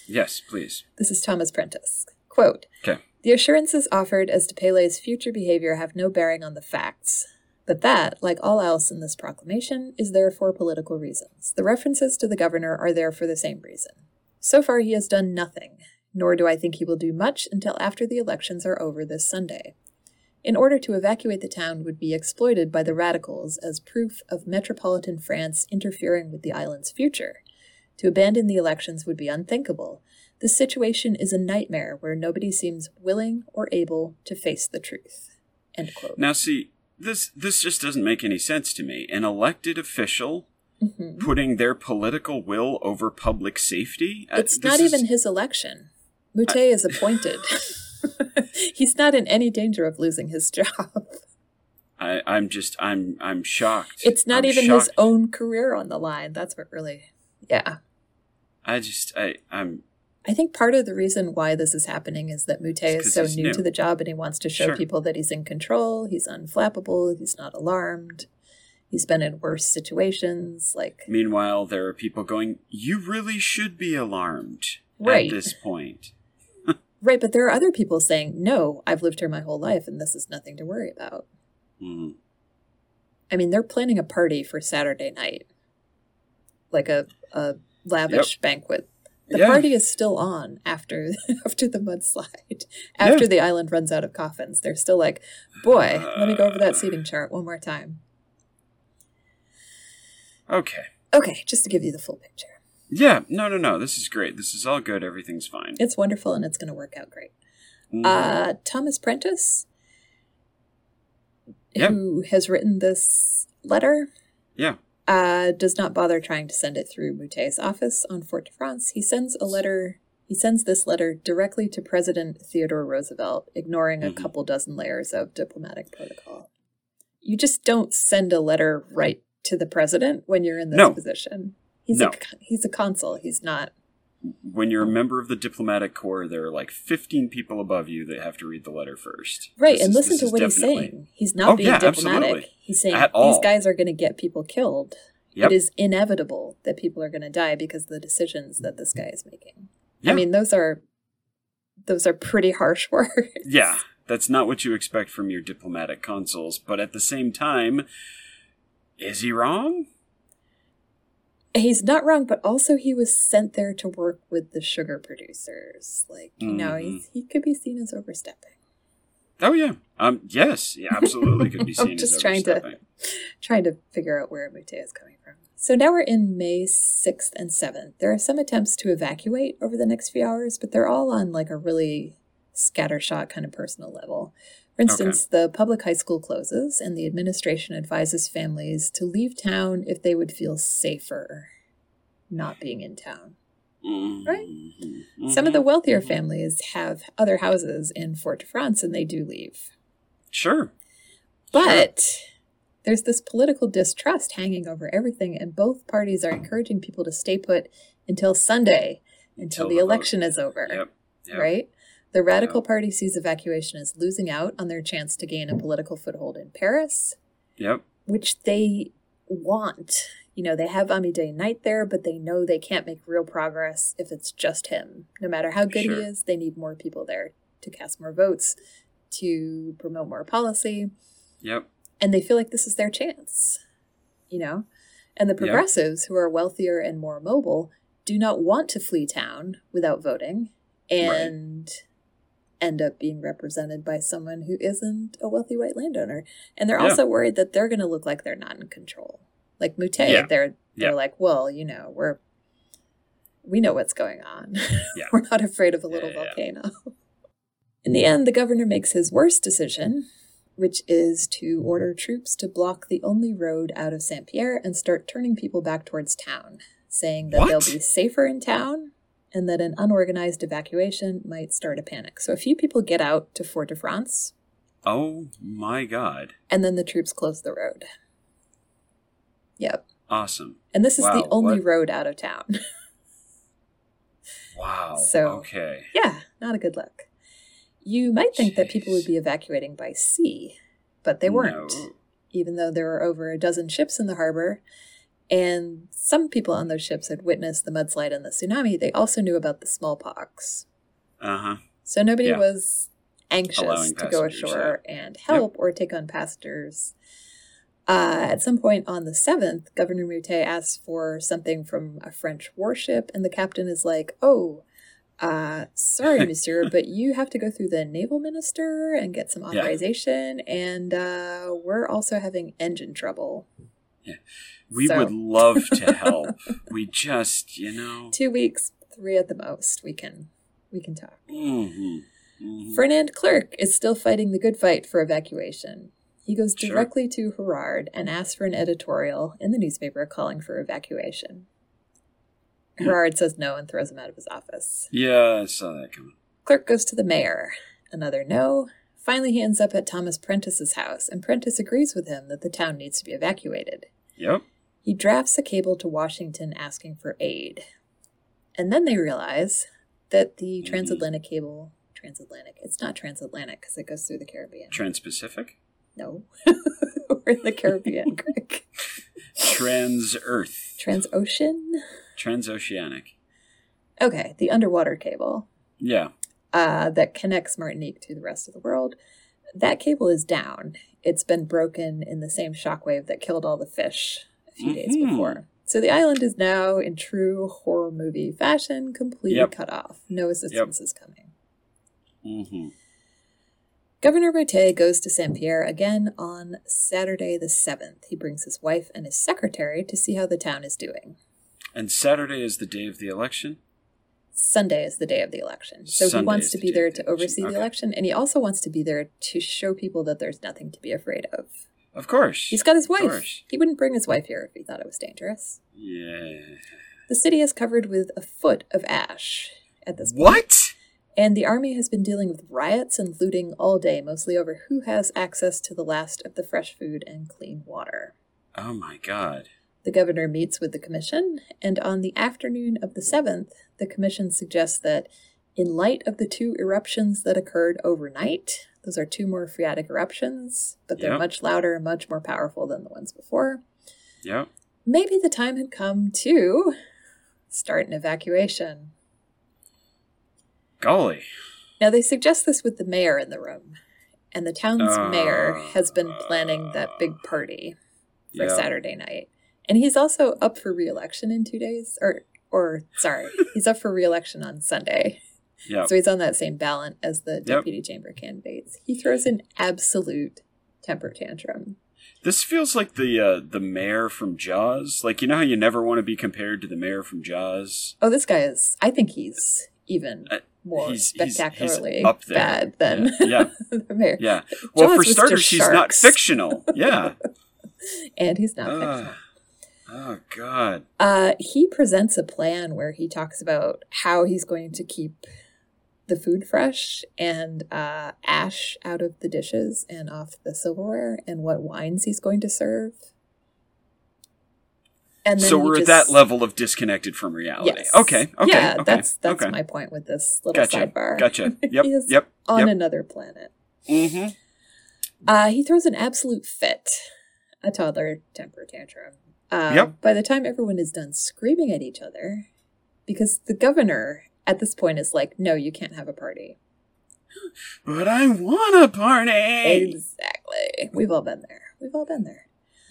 S2: yes, please.
S1: This is Thomas Prentice. Quote
S2: Okay.
S1: The assurances offered as to Pele's future behavior have no bearing on the facts. But that, like all else in this proclamation, is there for political reasons. The references to the governor are there for the same reason. So far, he has done nothing, nor do I think he will do much until after the elections are over this Sunday. In order to evacuate the town would be exploited by the radicals as proof of metropolitan France interfering with the island's future. To abandon the elections would be unthinkable. The situation is a nightmare where nobody seems willing or able to face the truth. End quote.
S2: Now see, this this just doesn't make any sense to me. An elected official
S1: Mhm.
S2: putting their political will over public safety? Uh,
S1: It's
S2: this
S1: not
S2: is-
S1: even his election. Mute is appointed. <laughs> He's not in any danger of losing his job. <laughs>
S2: I, I'm just I'm I'm shocked.
S1: It's not
S2: I'm
S1: even
S2: shocked.
S1: his own career on the line. That's what really, yeah.
S2: I just I I'm
S1: I think part of the reason why this is happening is that Mute
S2: It's
S1: is
S2: 'cause
S1: so
S2: he's
S1: new,
S2: new.
S1: to the job and he wants to show
S2: Sure.
S1: people that he's in control, he's unflappable, he's not alarmed, he's been in worse situations. Like,
S2: Meanwhile, there are people going, You really should be alarmed
S1: Right.
S2: at this point.
S1: right, but there are other people saying, no, I've lived here my whole life and this is nothing to worry about.
S2: Mm.
S1: I mean, they're planning a party for Saturday night, like a, a lavish banquet. The
S2: Yeah.
S1: party is still on after <laughs> after the mudslide, after
S2: Yeah.
S1: the island runs out of coffins. They're still like, boy, let me go over that seating chart one more time.
S2: Okay.
S1: Okay, just to give you the full picture.
S2: Yeah, no, no, no. This is great. This is all good. Everything's fine.
S1: It's wonderful and it's going to work out great.
S2: Mhm.
S1: Uh, Thomas Prentice,
S2: Yeah.
S1: who has written this letter,
S2: yeah.
S1: uh, does not bother trying to send it through Moutet's office on Fort de France. He sends a letter. He sends this letter directly to President Theodore Roosevelt, ignoring
S2: Mhm.
S1: a couple dozen layers of diplomatic protocol. You just don't send a letter right to the president when you're in this
S2: No.
S1: position. He's
S2: No.
S1: a con- he's a consul. He's not.
S2: When you're a member of the diplomatic corps, there are like 15 people above you that have to read the letter first.
S1: Right,
S2: This
S1: and
S2: is-
S1: listen
S2: this
S1: to
S2: is
S1: what
S2: definitely-
S1: he's saying. He's not
S2: Oh,
S1: being
S2: yeah,
S1: diplomatic.
S2: absolutely.
S1: He's saying
S2: At
S1: these
S2: all.
S1: guys are going to get people killed.
S2: Yep.
S1: It is inevitable that people are going to die because of the decisions that this guy is making.
S2: yeah.
S1: I mean, those are those are pretty harsh <laughs> words.
S2: yeah. That's not what you expect from your diplomatic consuls. But at the same time, is he wrong?
S1: he's not wrong, but also he was sent there to work with the sugar producers. Like, you know,
S2: Mhm.
S1: he's, he could be seen as overstepping.
S2: Oh yeah. Um. Yes. Yeah. Absolutely could be
S1: <laughs> I'm
S2: seen as
S1: just trying to-
S2: overstepping.
S1: Trying to figure out where Mute is coming from. So now we're in May 6th and 7th. There are some attempts to evacuate over the next few hours, but they're all on like a really scattershot kind of personal level. For instance, the public high school closes and the administration advises families to leave town if they would feel safer not being in town. Right?
S2: Mhm.
S1: Some of the wealthier
S2: Mhm.
S1: families have other houses in Fort de France and they do leave.
S2: Mm-hmm. Sure.
S1: But there's this political distrust hanging over everything, and both parties are encouraging people to stay put until Sunday, until, the
S2: vote.
S1: election is over,
S2: Yep. yep.
S1: right? The radical
S2: Yep.
S1: party sees evacuation as losing out on their chance to gain a political foothold in Paris,
S2: Yep.
S1: which they want. You know, they have Amide Knight there, but they know they can't make real progress if it's just him. No matter how good
S2: Sure.
S1: he is, they need more people there to cast more votes, to promote more policy,
S2: Yep.
S1: and they feel like this is their chance, you know? And the
S2: Yeah.
S1: progressives, who are wealthier and more mobile, do not want to flee town without voting and end up being represented by someone who isn't a wealthy white landowner. And they're
S2: Yeah.
S1: also worried that they're going to look like they're not in control. Like Mute,
S2: Yeah.
S1: they're they're
S2: Yeah.
S1: like, well, you know, we're we know what's going on. <laughs>
S2: Yeah.
S1: we're not afraid of a little
S2: Yeah, yeah, yeah.
S1: volcano. In the end, the governor makes his worst decision, which is
S2: Mm-hmm.
S1: to order troops to block the only road out of Saint Pierre and start turning people back towards town, saying that
S2: What?
S1: they'll be safer in town and that an unorganized evacuation might start a panic. So a few people get out to Fort de France,
S2: Oh my God.
S1: and then the troops close the road. Yep.
S2: Awesome.
S1: And this is
S2: Wow,
S1: the only
S2: what-
S1: road out of town. <laughs>
S2: Wow.
S1: So-
S2: okay.
S1: yeah, not a good look. You might think that people would be evacuating by sea, but they weren't.
S2: No.
S1: even though there were over a dozen ships in the harbor. And some people on those ships had witnessed the mudslide and the tsunami. They also knew about the smallpox.
S2: Uh huh.
S1: So nobody
S2: Yeah.
S1: was anxious
S2: Allowing
S1: to go
S2: passengers,
S1: ashore and help or take on passengers. Uh, at some point on the 7th, Governor Mute asks for something from a French warship, and the captain is like, Oh, uh,
S2: <laughs>
S1: sorry, monsieur, but you have to go through the naval minister and get some
S2: Yeah.
S1: authorization, and uh, we're also having engine trouble.
S2: We
S1: So-
S2: would love
S1: <laughs>
S2: to help. we just, you know.
S1: Two weeks, three at the most, we can we can talk.
S2: Mhm. Mhm.
S1: Fernand Clerk is still fighting the good fight for evacuation. He goes
S2: Sure.
S1: directly to Herard and asks for an editorial in the newspaper calling for evacuation.
S2: Hmm.
S1: Herard says no and throws him out of his office.
S2: Yeah, I saw that coming.
S1: Clerk goes to the mayor. Another no. Finally, he ends up at Thomas Prentice's house, and Prentice agrees with him that the town needs to be evacuated.
S2: Yep.
S1: He drafts a cable to Washington asking for aid. And then they realize that the
S2: Mhm.
S1: transatlantic cable, transatlantic, it's not transatlantic because it goes through the Caribbean.
S2: Trans-Pacific.
S1: no. <laughs> We're in the Caribbean, Greg.
S2: Trans-Earth.
S1: Transocean?
S2: Transoceanic.
S1: Okay, the underwater cable
S2: Yeah.
S1: uh, that connects Martinique to the rest of the world. That cable is down. It's been broken in the same shockwave that killed all the fish a few days
S2: Mhm.
S1: before. So the island is now, in true horror movie fashion, completely
S2: Yep.
S1: cut off. No assistance is coming.
S2: Mm-hmm.
S1: Governor Mate goes to Saint Pierre again on Saturday the 7th. He brings his wife and his secretary to see how the town is doing.
S2: And Saturday is the day of the election.
S1: Sunday is the day of the election. So he
S2: Sunday
S1: wants
S2: is
S1: to
S2: the
S1: be
S2: day
S1: there
S2: of the
S1: to
S2: election.
S1: oversee the
S2: Okay.
S1: election, and he also wants to be there to show people that there's nothing to be afraid of.
S2: Of course.
S1: He's got his
S2: Of
S1: wife.
S2: course.
S1: He wouldn't bring his wife here if he thought it was dangerous.
S2: Yeah.
S1: The city is covered with a foot of ash at this point.
S2: What?
S1: And the army has been dealing with riots and looting all day, mostly over who has access to the last of the fresh food and clean water.
S2: Oh my God.
S1: The governor meets with the commission, and on the afternoon of the 7th, the commission suggests that, in light of the two eruptions that occurred overnight, those are two more phreatic eruptions, but they're
S2: Yep.
S1: much louder and much more powerful than the ones before.
S2: Yep.
S1: Maybe the time had come to start an evacuation.
S2: Golly.
S1: Now, they suggest this with the mayor in the room, and the town's mayor has been planning that big party for
S2: Ah. Yeah.
S1: Saturday night. And he's also up for re-election in two days, or or sorry, he's up for re-election on
S2: <laughs>
S1: Sunday.
S2: Yeah.
S1: So he's on that same ballot as the deputy chamber candidates. He throws an absolute temper tantrum.
S2: This feels like the uh, the mayor from Jaws. Like you know how you never want to be compared to the mayor from Jaws.
S1: Oh, this guy is. I think he's even
S2: Uh,
S1: more
S2: he's- he's- he's
S1: spectacularly
S2: up there.
S1: bad than
S2: Yeah,
S1: <laughs> the mayor.
S2: yeah. Well,
S1: Jaws
S2: for
S1: was just
S2: starters, he's not
S1: sharks. <laughs>
S2: fictional. Yeah.
S1: And he's not
S2: Ugh.
S1: fictional.
S2: oh God.
S1: Uh, he presents a plan where he talks about how he's going to keep the food fresh and uh, ash out of the dishes and off the silverware and what wines he's going to serve. And
S2: So
S1: he
S2: we're
S1: just-
S2: at that level of disconnected from reality.
S1: Yes.
S2: Okay. Okay.
S1: Yeah,
S2: okay,
S1: that's that's
S2: okay.
S1: my point with this little
S2: gotcha.
S1: sidebar. <laughs>
S2: Gotcha. Yep.
S1: He is
S2: yep.
S1: On
S2: yep.
S1: another planet.
S2: Mm-hmm.
S1: Uh, he throws an absolute fit, a toddler temper tantrum. Um,
S2: Yep.
S1: By the time everyone is done screaming at each other, because the governor at this point is like, no, you can't have a party.
S2: But I want a party.
S1: Exactly. We've all been there. We've all been there.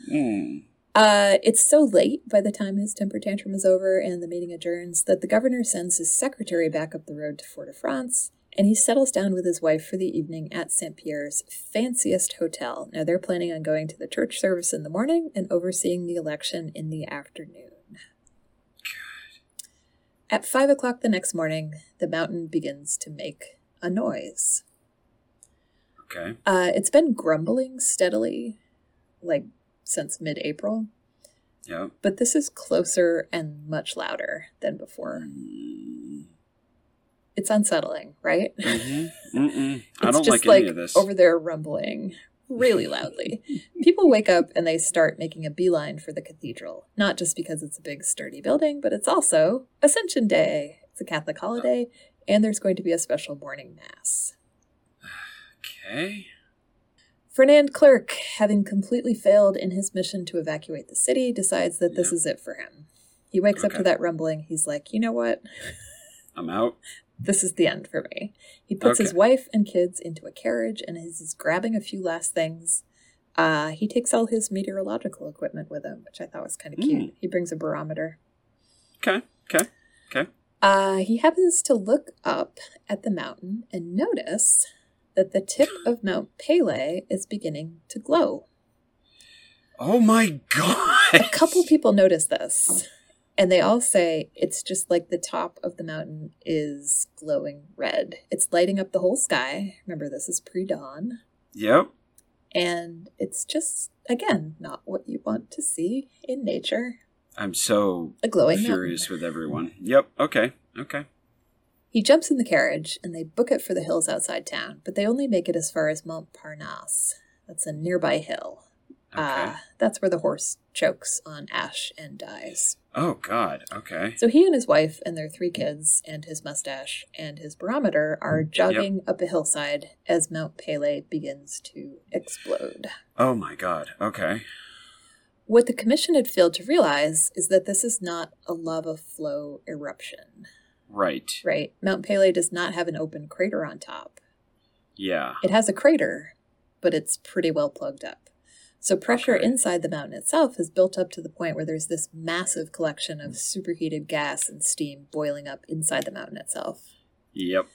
S2: Mm.
S1: Uh, it's so late by the time his temper tantrum is over and the meeting adjourns that the governor sends his secretary back up the road to Fort de France, and he settles down with his wife for the evening at St. Pierre's fanciest hotel. Now they're planning on going to the church service in the morning and overseeing the election in the afternoon. At five o'clock the next morning, the mountain begins to make a noise.
S2: Okay.
S1: Uh, it's been grumbling steadily, like since mid April,
S2: Yeah.
S1: but this is closer and much louder than before.
S2: Mm.
S1: It's unsettling, right?
S2: Mhm. Mm-mm. I
S1: <laughs> it's
S2: don't
S1: just
S2: like, any of this.
S1: over there rumbling really
S2: <laughs>
S1: loudly. People wake up and they start making a beeline for the cathedral, not just because it's a big, sturdy building, but it's also Ascension Day. It's a Catholic holiday, and there's going to be a special morning mass.
S2: okay.
S1: Fernand Clerk, having completely failed in his mission to evacuate the city, decides that this
S2: Yeah.
S1: is it for him. He wakes up
S2: Okay.
S1: to that rumbling. He's like, you know what?
S2: I'm out.
S1: This is the end for me. He puts his
S2: Okay.
S1: wife and kids into a carriage and is is grabbing a few last things. Uh, he takes all his meteorological equipment with him, which I thought was kind of cute. He brings a barometer.
S2: Mm. Okay. Okay.
S1: Uh, he happens to look up at the mountain and notice that the tip of Mount Pele is beginning to glow.
S2: Oh my god.
S1: a couple people notice this and they all say it's just like the top of the mountain is glowing red it's lighting up the whole sky remember this is pre-dawn
S2: Yep.
S1: and it's just again not what you want to see in nature
S2: I'm so
S1: a glowing mountain.
S2: furious with everyone. Yep. Okay. Okay.
S1: he jumps in the carriage and they book it for the hills outside town but they only make it as far as montparnasse that's a nearby hill
S2: Okay.
S1: uh, that's where the horse chokes on ash and dies
S2: oh god. Okay.
S1: So he and his wife and their three kids and his mustache and his barometer are jogging up a hillside as Mount Pele begins to explode.
S2: Oh my god. Okay.
S1: What the commission had failed to realize is that this is not a lava flow eruption,
S2: Right.
S1: right? Mount Pele does not have an open crater on top.
S2: Yeah.
S1: It has a crater, but it's pretty well plugged up. So pressure
S2: Okay.
S1: inside the mountain itself has built up to the point where there's this massive collection of superheated gas and steam boiling up inside the mountain itself.
S2: Yep.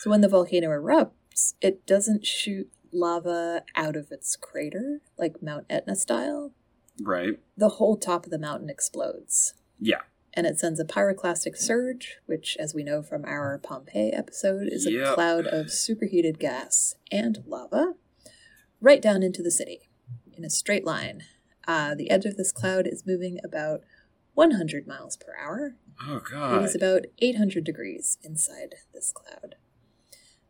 S1: So when the volcano erupts, it doesn't shoot lava out of its crater like Mount Etna style.
S2: Right.
S1: The whole top of the mountain explodes
S2: Yeah.
S1: and it sends a pyroclastic surge, which, as we know from our Pompeii episode, is a
S2: Yep.
S1: cloud of superheated gas and lava, right down into the city in a straight line. Uh, the edge of this cloud is moving about 100 miles per hour,
S2: Oh
S1: it
S2: god.
S1: is about 800 degrees inside this cloud.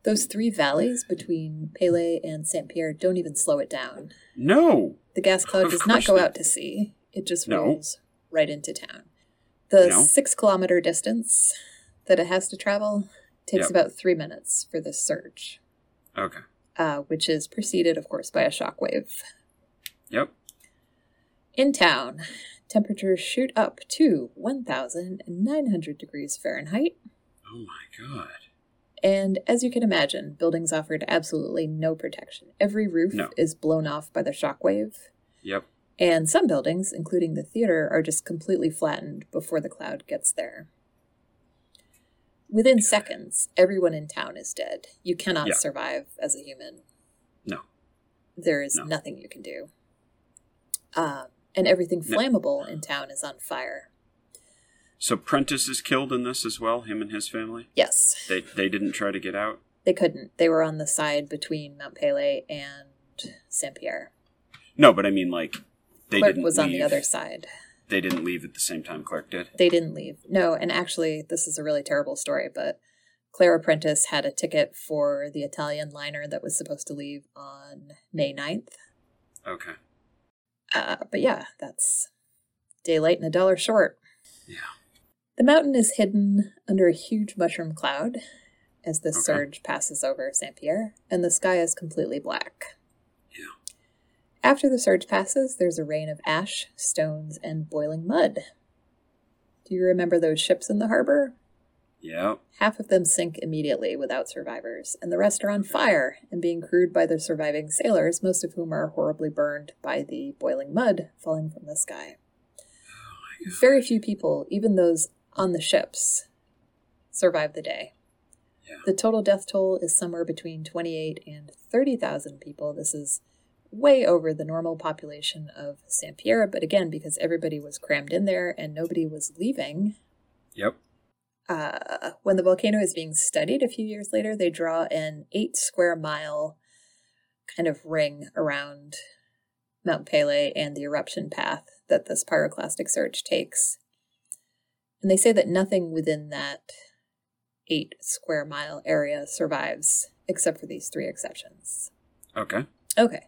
S1: Those three valleys between Pele and Saint Pierre don't even slow it down.
S2: no.
S1: The gas cloud
S2: Of
S1: does not
S2: course
S1: go
S2: not.
S1: out to sea, it just
S2: No.
S1: rolls right into town. The
S2: No.
S1: six kilometer distance that it has to travel takes
S2: Yep.
S1: about three minutes for this surge,
S2: Okay.
S1: uh, which is preceded, of course, by a shockwave.
S2: Yep.
S1: In town, temperatures shoot up to 1,900 degrees Fahrenheit.
S2: Oh my god.
S1: And as you can imagine, buildings offered absolutely no protection. Every roof
S2: No.
S1: is blown off by the shockwave.
S2: Yep.
S1: And some buildings, including the theater, are just completely flattened before the cloud gets there. Within seconds, everyone in town is dead. You cannot
S2: Yeah.
S1: survive as a human.
S2: No.
S1: There is
S2: No.
S1: nothing you can do. Uh, and everything
S2: No.
S1: flammable in town is on fire.
S2: So Prentice is killed in this as well, him and his family.
S1: Yes.
S2: They they didn't try to get out.
S1: They couldn't. They were on the side between Mount Pele and Saint Pierre.
S2: No, but I mean like they
S1: Clerk
S2: didn't
S1: was on the
S2: leave-
S1: other side.
S2: They didn't leave at the same time Clark did.
S1: They didn't leave. No, and actually, this is a really terrible story, but Clara Prentice had a ticket for the Italian liner that was supposed to leave on May 9th.
S2: Okay.
S1: Uh, but yeah, that's daylight and a dollar short.
S2: Yeah.
S1: The mountain is hidden under a huge mushroom cloud as the
S2: Okay.
S1: surge passes over Saint Pierre, and the sky is completely black.
S2: Yeah.
S1: After the surge passes, there's a rain of ash, stones, and boiling mud. Do you remember those ships in the harbor?
S2: Yep.
S1: Half of them sink immediately without survivors, and the rest are on fire and being crewed by the surviving sailors, most of whom are horribly burned by the boiling mud falling from the sky. Very few people, even those on the ships, survive the day.
S2: Yeah.
S1: The total death toll is somewhere between 28 and 30,000 people. This is way over the normal population of Saint Pierre, but again, because everybody was crammed in there and nobody was leaving,
S2: Yep.
S1: uh, when the volcano is being studied a few years later, they draw an eight square mile kind of ring around Mount Pele and the eruption path that this pyroclastic surge takes. And they say that nothing within that eight square mile area survives, except for these three exceptions.
S2: Okay.
S1: Okay.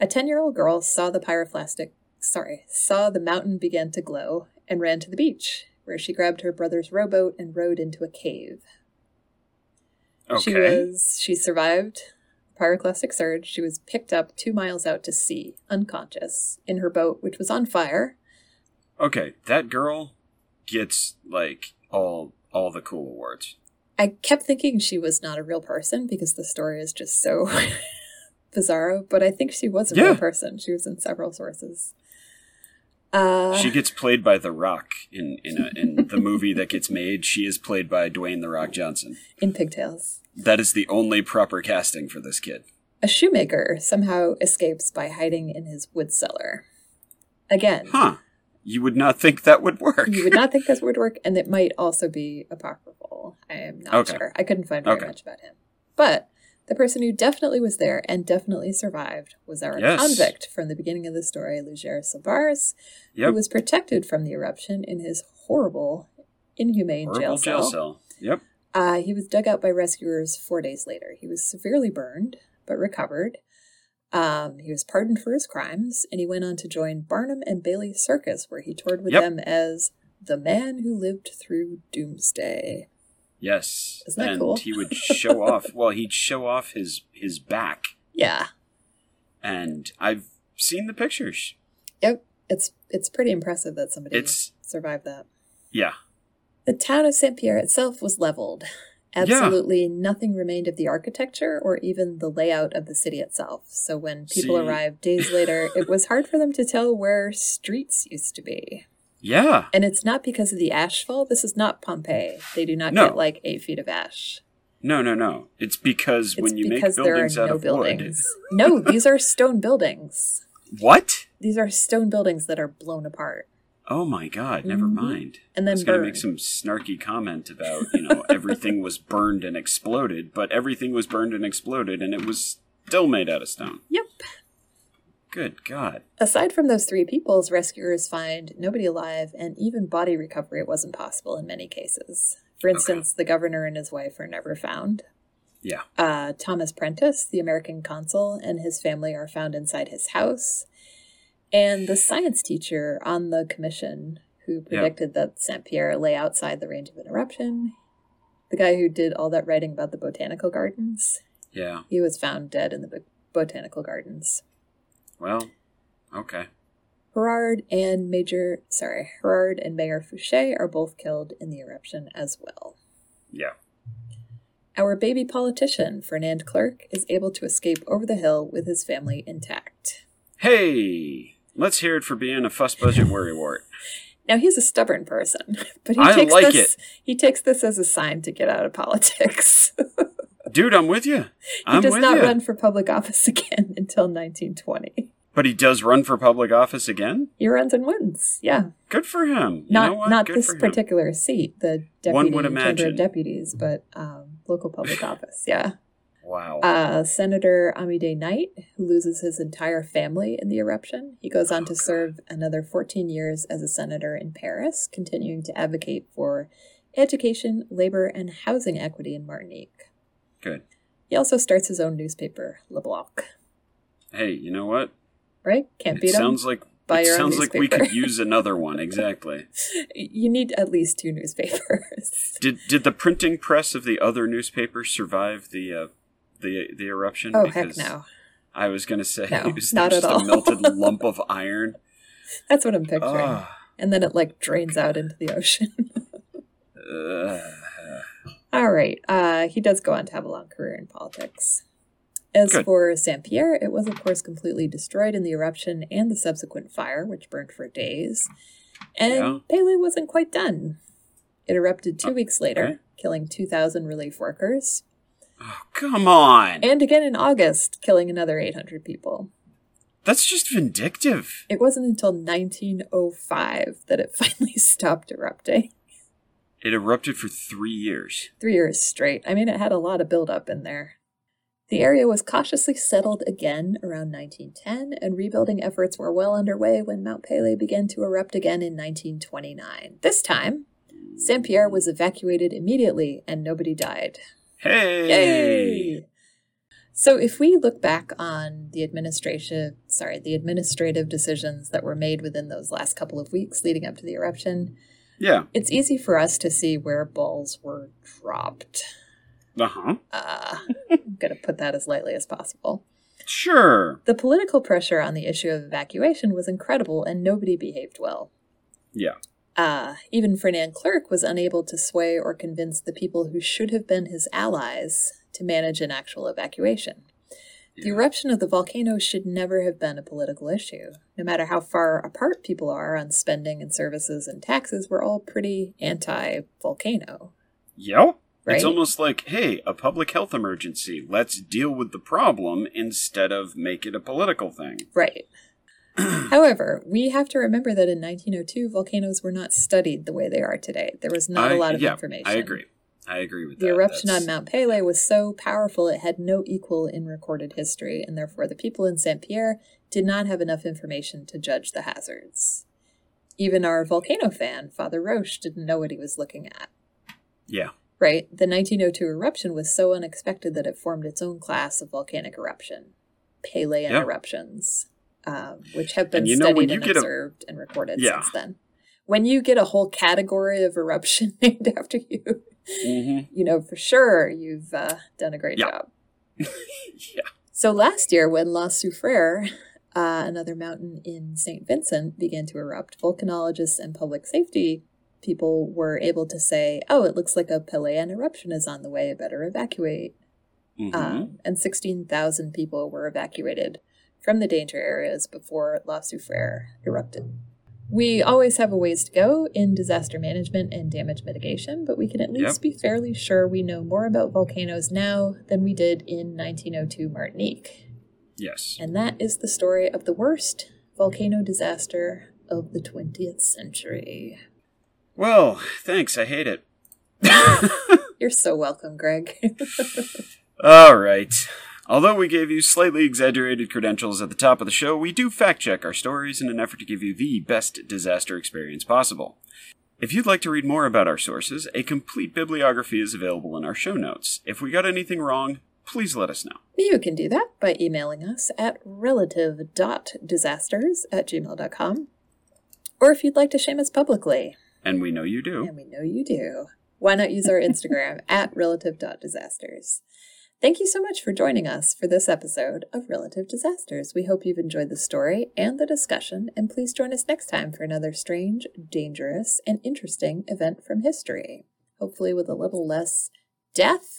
S1: A 10 year old girl saw the pyroclastic, sorry, saw the mountain begin to glow and ran to the beach, where she grabbed her brother's rowboat and rowed into a cave.
S2: Okay.
S1: She was, she survived the pyroclastic surge. She was picked up two miles out to sea, unconscious, in her boat, which was on fire.
S2: Okay, that girl gets like all all the cool awards.
S1: I kept thinking she was not a real person because the story is just so <laughs> bizarro, but I think she was a
S2: Yeah.
S1: real person. She was in several sources. Uh,
S2: she gets played by The Rock in in, a, in the movie that gets made. She is played by Dwayne The Rock Johnson.
S1: in pigtails.
S2: That is the only proper casting for this kid.
S1: A shoemaker somehow escapes by hiding in his wood cellar. Again,
S2: Huh? You would not think that would work.
S1: you would not think this would work, and it might also be apocryphal. I am not
S2: Okay.
S1: sure. I couldn't find very
S2: Okay.
S1: much about him. But the person who definitely was there and definitely survived was our
S2: Yes.
S1: convict from the beginning of the story, Luger Silvars,
S2: yep.
S1: who was protected from the eruption in his horrible, inhumane
S2: Horrible
S1: jail
S2: jail
S1: cell.
S2: cell. Yep.
S1: Uh, he was dug out by rescuers four days later. He was severely burned, but recovered. Um, he was pardoned for his crimes, and he went on to join Barnum and Bailey Circus, where he toured with
S2: Yep.
S1: them as the man who lived through doomsday.
S2: Yes.
S1: Isn't that
S2: and
S1: cool? <laughs>
S2: he would show off. Well, he'd show off his his back,
S1: Yeah,
S2: and I've seen the pictures.
S1: yep. It's it's pretty impressive that somebody
S2: It's
S1: survived that.
S2: yeah.
S1: The town of Saint Pierre itself was leveled.
S2: Yeah.
S1: Absolutely nothing remained of the architecture or even the layout of the city itself. So when people
S2: See.
S1: arrived days later, it was hard for them to tell where streets used to be.
S2: Yeah.
S1: And it's not because of the ashfall. This is not Pompeii. They do not
S2: No.
S1: get like eight feet of ash.
S2: No, no, no. It's because
S1: It's
S2: when you make
S1: because there are
S2: buildings out
S1: no
S2: of
S1: buildings. no, these are stone buildings.
S2: wood. What?
S1: These are stone buildings that are blown apart.
S2: Oh my god, never
S1: Mhm.
S2: mind.
S1: And
S2: I
S1: then
S2: was going to
S1: burned.
S2: make some snarky comment about, you know, everything was burned and exploded, but everything was burned and exploded and it was still made out of stone.
S1: Yep.
S2: Good god.
S1: Aside from those three peoples, rescuers find nobody alive, and even body recovery wasn't possible in many cases. For
S2: Okay.
S1: instance, the governor and his wife are never found.
S2: Yeah.
S1: Uh, Thomas Prentice, the American consul, and his family are found inside his house. And the science teacher on the commission who predicted that Saint Pierre lay outside the range of an eruption, the guy who did all that writing about the botanical gardens,
S2: Yeah.
S1: he was found dead in the bo- botanical gardens.
S2: Well, okay.
S1: Herard and Major, sorry, Herard and Mayor Fouché are both killed in the eruption as well.
S2: Yeah.
S1: Our baby politician, Fernand Clerk, is able to escape over the hill with his family intact.
S2: Hey. Let's hear it for being a fuss budget worrywart.
S1: Now he's a stubborn person, <laughs> but he
S2: I
S1: takes
S2: like
S1: this he takes this as a sign to get out of politics. <laughs> he
S2: Dude, I'm with you. I'm
S1: does
S2: with
S1: not
S2: you.
S1: run for public office <laughs> again until 1920.
S2: But he does run for public office again?
S1: He runs and wins. Yeah,
S2: Good for him. You know
S1: not
S2: what?
S1: not
S2: Good
S1: this
S2: for him.
S1: particular seat, the deputy
S2: One would
S1: chamber
S2: imagine.
S1: of deputies, but um, local
S2: <laughs>
S1: public office. Yeah,
S2: Wow.
S1: uh, Senator Amide Knight, who loses his entire family in the eruption. He goes on to serve another 14 years as a senator in Paris, continuing to advocate for education, labor, and housing equity in Martinique.
S2: Good.
S1: He also starts his own newspaper, Le Bloc.
S2: Hey, you know what?
S1: Right? Can't
S2: it
S1: beat him.
S2: sounds like
S1: Buy
S2: it
S1: your own
S2: sounds like we
S1: newspaper.
S2: could use another one. Exactly.
S1: <laughs> you need at least two
S2: <laughs>
S1: newspapers.
S2: Did did the printing press of the other newspaper survive the uh, the the eruption?
S1: Oh, heck no.
S2: I was gonna say
S1: No,
S2: <laughs> it was
S1: not
S2: just
S1: at all. <laughs>
S2: a melted lump of iron.
S1: That's what I'm picturing.
S2: Ah,
S1: and then it like drains out into the ocean.
S2: uh,
S1: All right. Uh, he does go on to have a long career in politics. As
S2: Good.
S1: for Saint Pierre, it was, of course, completely destroyed in the eruption and the subsequent fire, which burned for days. And
S2: Yeah. Oh,
S1: Pele wasn't quite done. It erupted two weeks later,
S2: okay.
S1: killing 2,000 relief workers.
S2: oh, come on.
S1: And again in August, killing another 800 people.
S2: That's just vindictive.
S1: It wasn't until 1905 that it <laughs> finally stopped erupting.
S2: It erupted for three years.
S1: three years straight. I mean, it had a lot of buildup in there. The area was cautiously settled again around 1910, and rebuilding efforts were well underway when Mount Pelee began to erupt again in 1929. This time, Saint Pierre was evacuated immediately and nobody died.
S2: Hey.
S1: Yay! So if we look back on the administration, sorry, the administrative decisions that were made within those last couple of weeks leading up to the eruption,
S2: Yeah.
S1: it's easy for us to see where balls were dropped.
S2: Uh huh.
S1: <laughs> Uh, I'm going to put that as lightly as possible.
S2: Sure.
S1: The political pressure on the issue of evacuation was incredible, and nobody behaved well.
S2: Yeah.
S1: Uh, even Fernand Clerc was unable to sway or convince the people who should have been his allies to manage an actual evacuation. The
S2: Yeah.
S1: eruption of the volcano should never have been a political issue. No matter how far apart people are on spending and services and taxes, we're all pretty anti volcano,
S2: Yep.
S1: right?
S2: It's almost like, hey, a public health emergency. Let's deal with the problem instead of make it a political thing.
S1: Right. However, we have to remember that in 1902, volcanoes were not studied the way they are today. There was not a
S2: I-
S1: lot of
S2: yeah,
S1: information.
S2: I agree. I agree with
S1: The
S2: that.
S1: eruption
S2: That's-
S1: on Mount Pelee was so powerful it had no equal in recorded history, and therefore the people in Saint Pierre did not have enough information to judge the hazards. Even our volcano fan, Father Roche, didn't know what he was looking at.
S2: Yeah.
S1: Right? The 1902 eruption was so unexpected that it formed its own class of volcanic eruption, Pelean
S2: Yeah.
S1: eruptions, um, which have been
S2: And you know,
S1: studied
S2: when you
S1: and
S2: get a-
S1: observed and recorded
S2: Yeah.
S1: since then. When you get a whole category of eruption <laughs> named after you,
S2: hmm
S1: you know for sure you've uh, done a great
S2: Yeah.
S1: job.
S2: yeah.
S1: So last year, when La Soufriere, uh, another mountain in St. Vincent, began to erupt, volcanologists and public safety people were able to say, oh, it looks like a Pelean eruption is on the way, better evacuate.
S2: hmm
S1: Um, and 16,000 people were evacuated from the danger areas before La Soufriere erupted. We always have a ways to go in disaster management and damage mitigation, but we can at least be fairly sure we know more about volcanoes now than we did in 1902 Martinique.
S2: yes.
S1: And that is the story of the worst volcano disaster of the 20th century.
S2: Well, thanks. I hate it.
S1: <laughs> You're so welcome, Greg. <laughs>
S2: All right. Although we gave you slightly exaggerated credentials at the top of the show, we do fact check our stories in an effort to give you the best disaster experience possible. If you'd like to read more about our sources, a complete bibliography is available in our show notes. If we got anything wrong, please let us know.
S1: you can do that by emailing us at relative.disasters at gmail.com. Or if you'd like to shame us publicly,
S2: And we know you do.
S1: and we know you do, why not use our Instagram at relative.disasters? Thank you so much for joining us for this episode of Relative Disasters. We hope you've enjoyed the story and the discussion, and please join us next time for another strange, dangerous, and interesting event from history. Hopefully, with a little less death.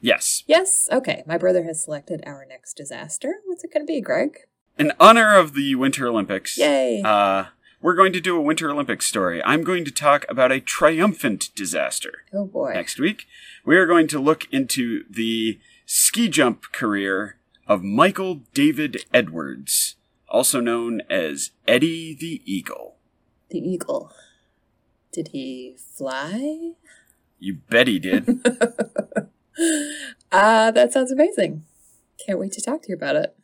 S2: Yes.
S1: Yes, okay, my brother has selected our next disaster. What's it going to be, Greg?
S2: in honor of the Winter Olympics,
S1: Yay.
S2: uh, we're going to do a Winter Olympics story. I'm going to talk about a triumphant disaster
S1: oh boy.
S2: next week. We are going to look into the ski jump career of Michael David Edwards, also known as Eddie the Eagle.
S1: The eagle. Did he fly?
S2: You bet he did.
S1: <gasps> Ah, that sounds amazing. Can't wait to talk to you about it.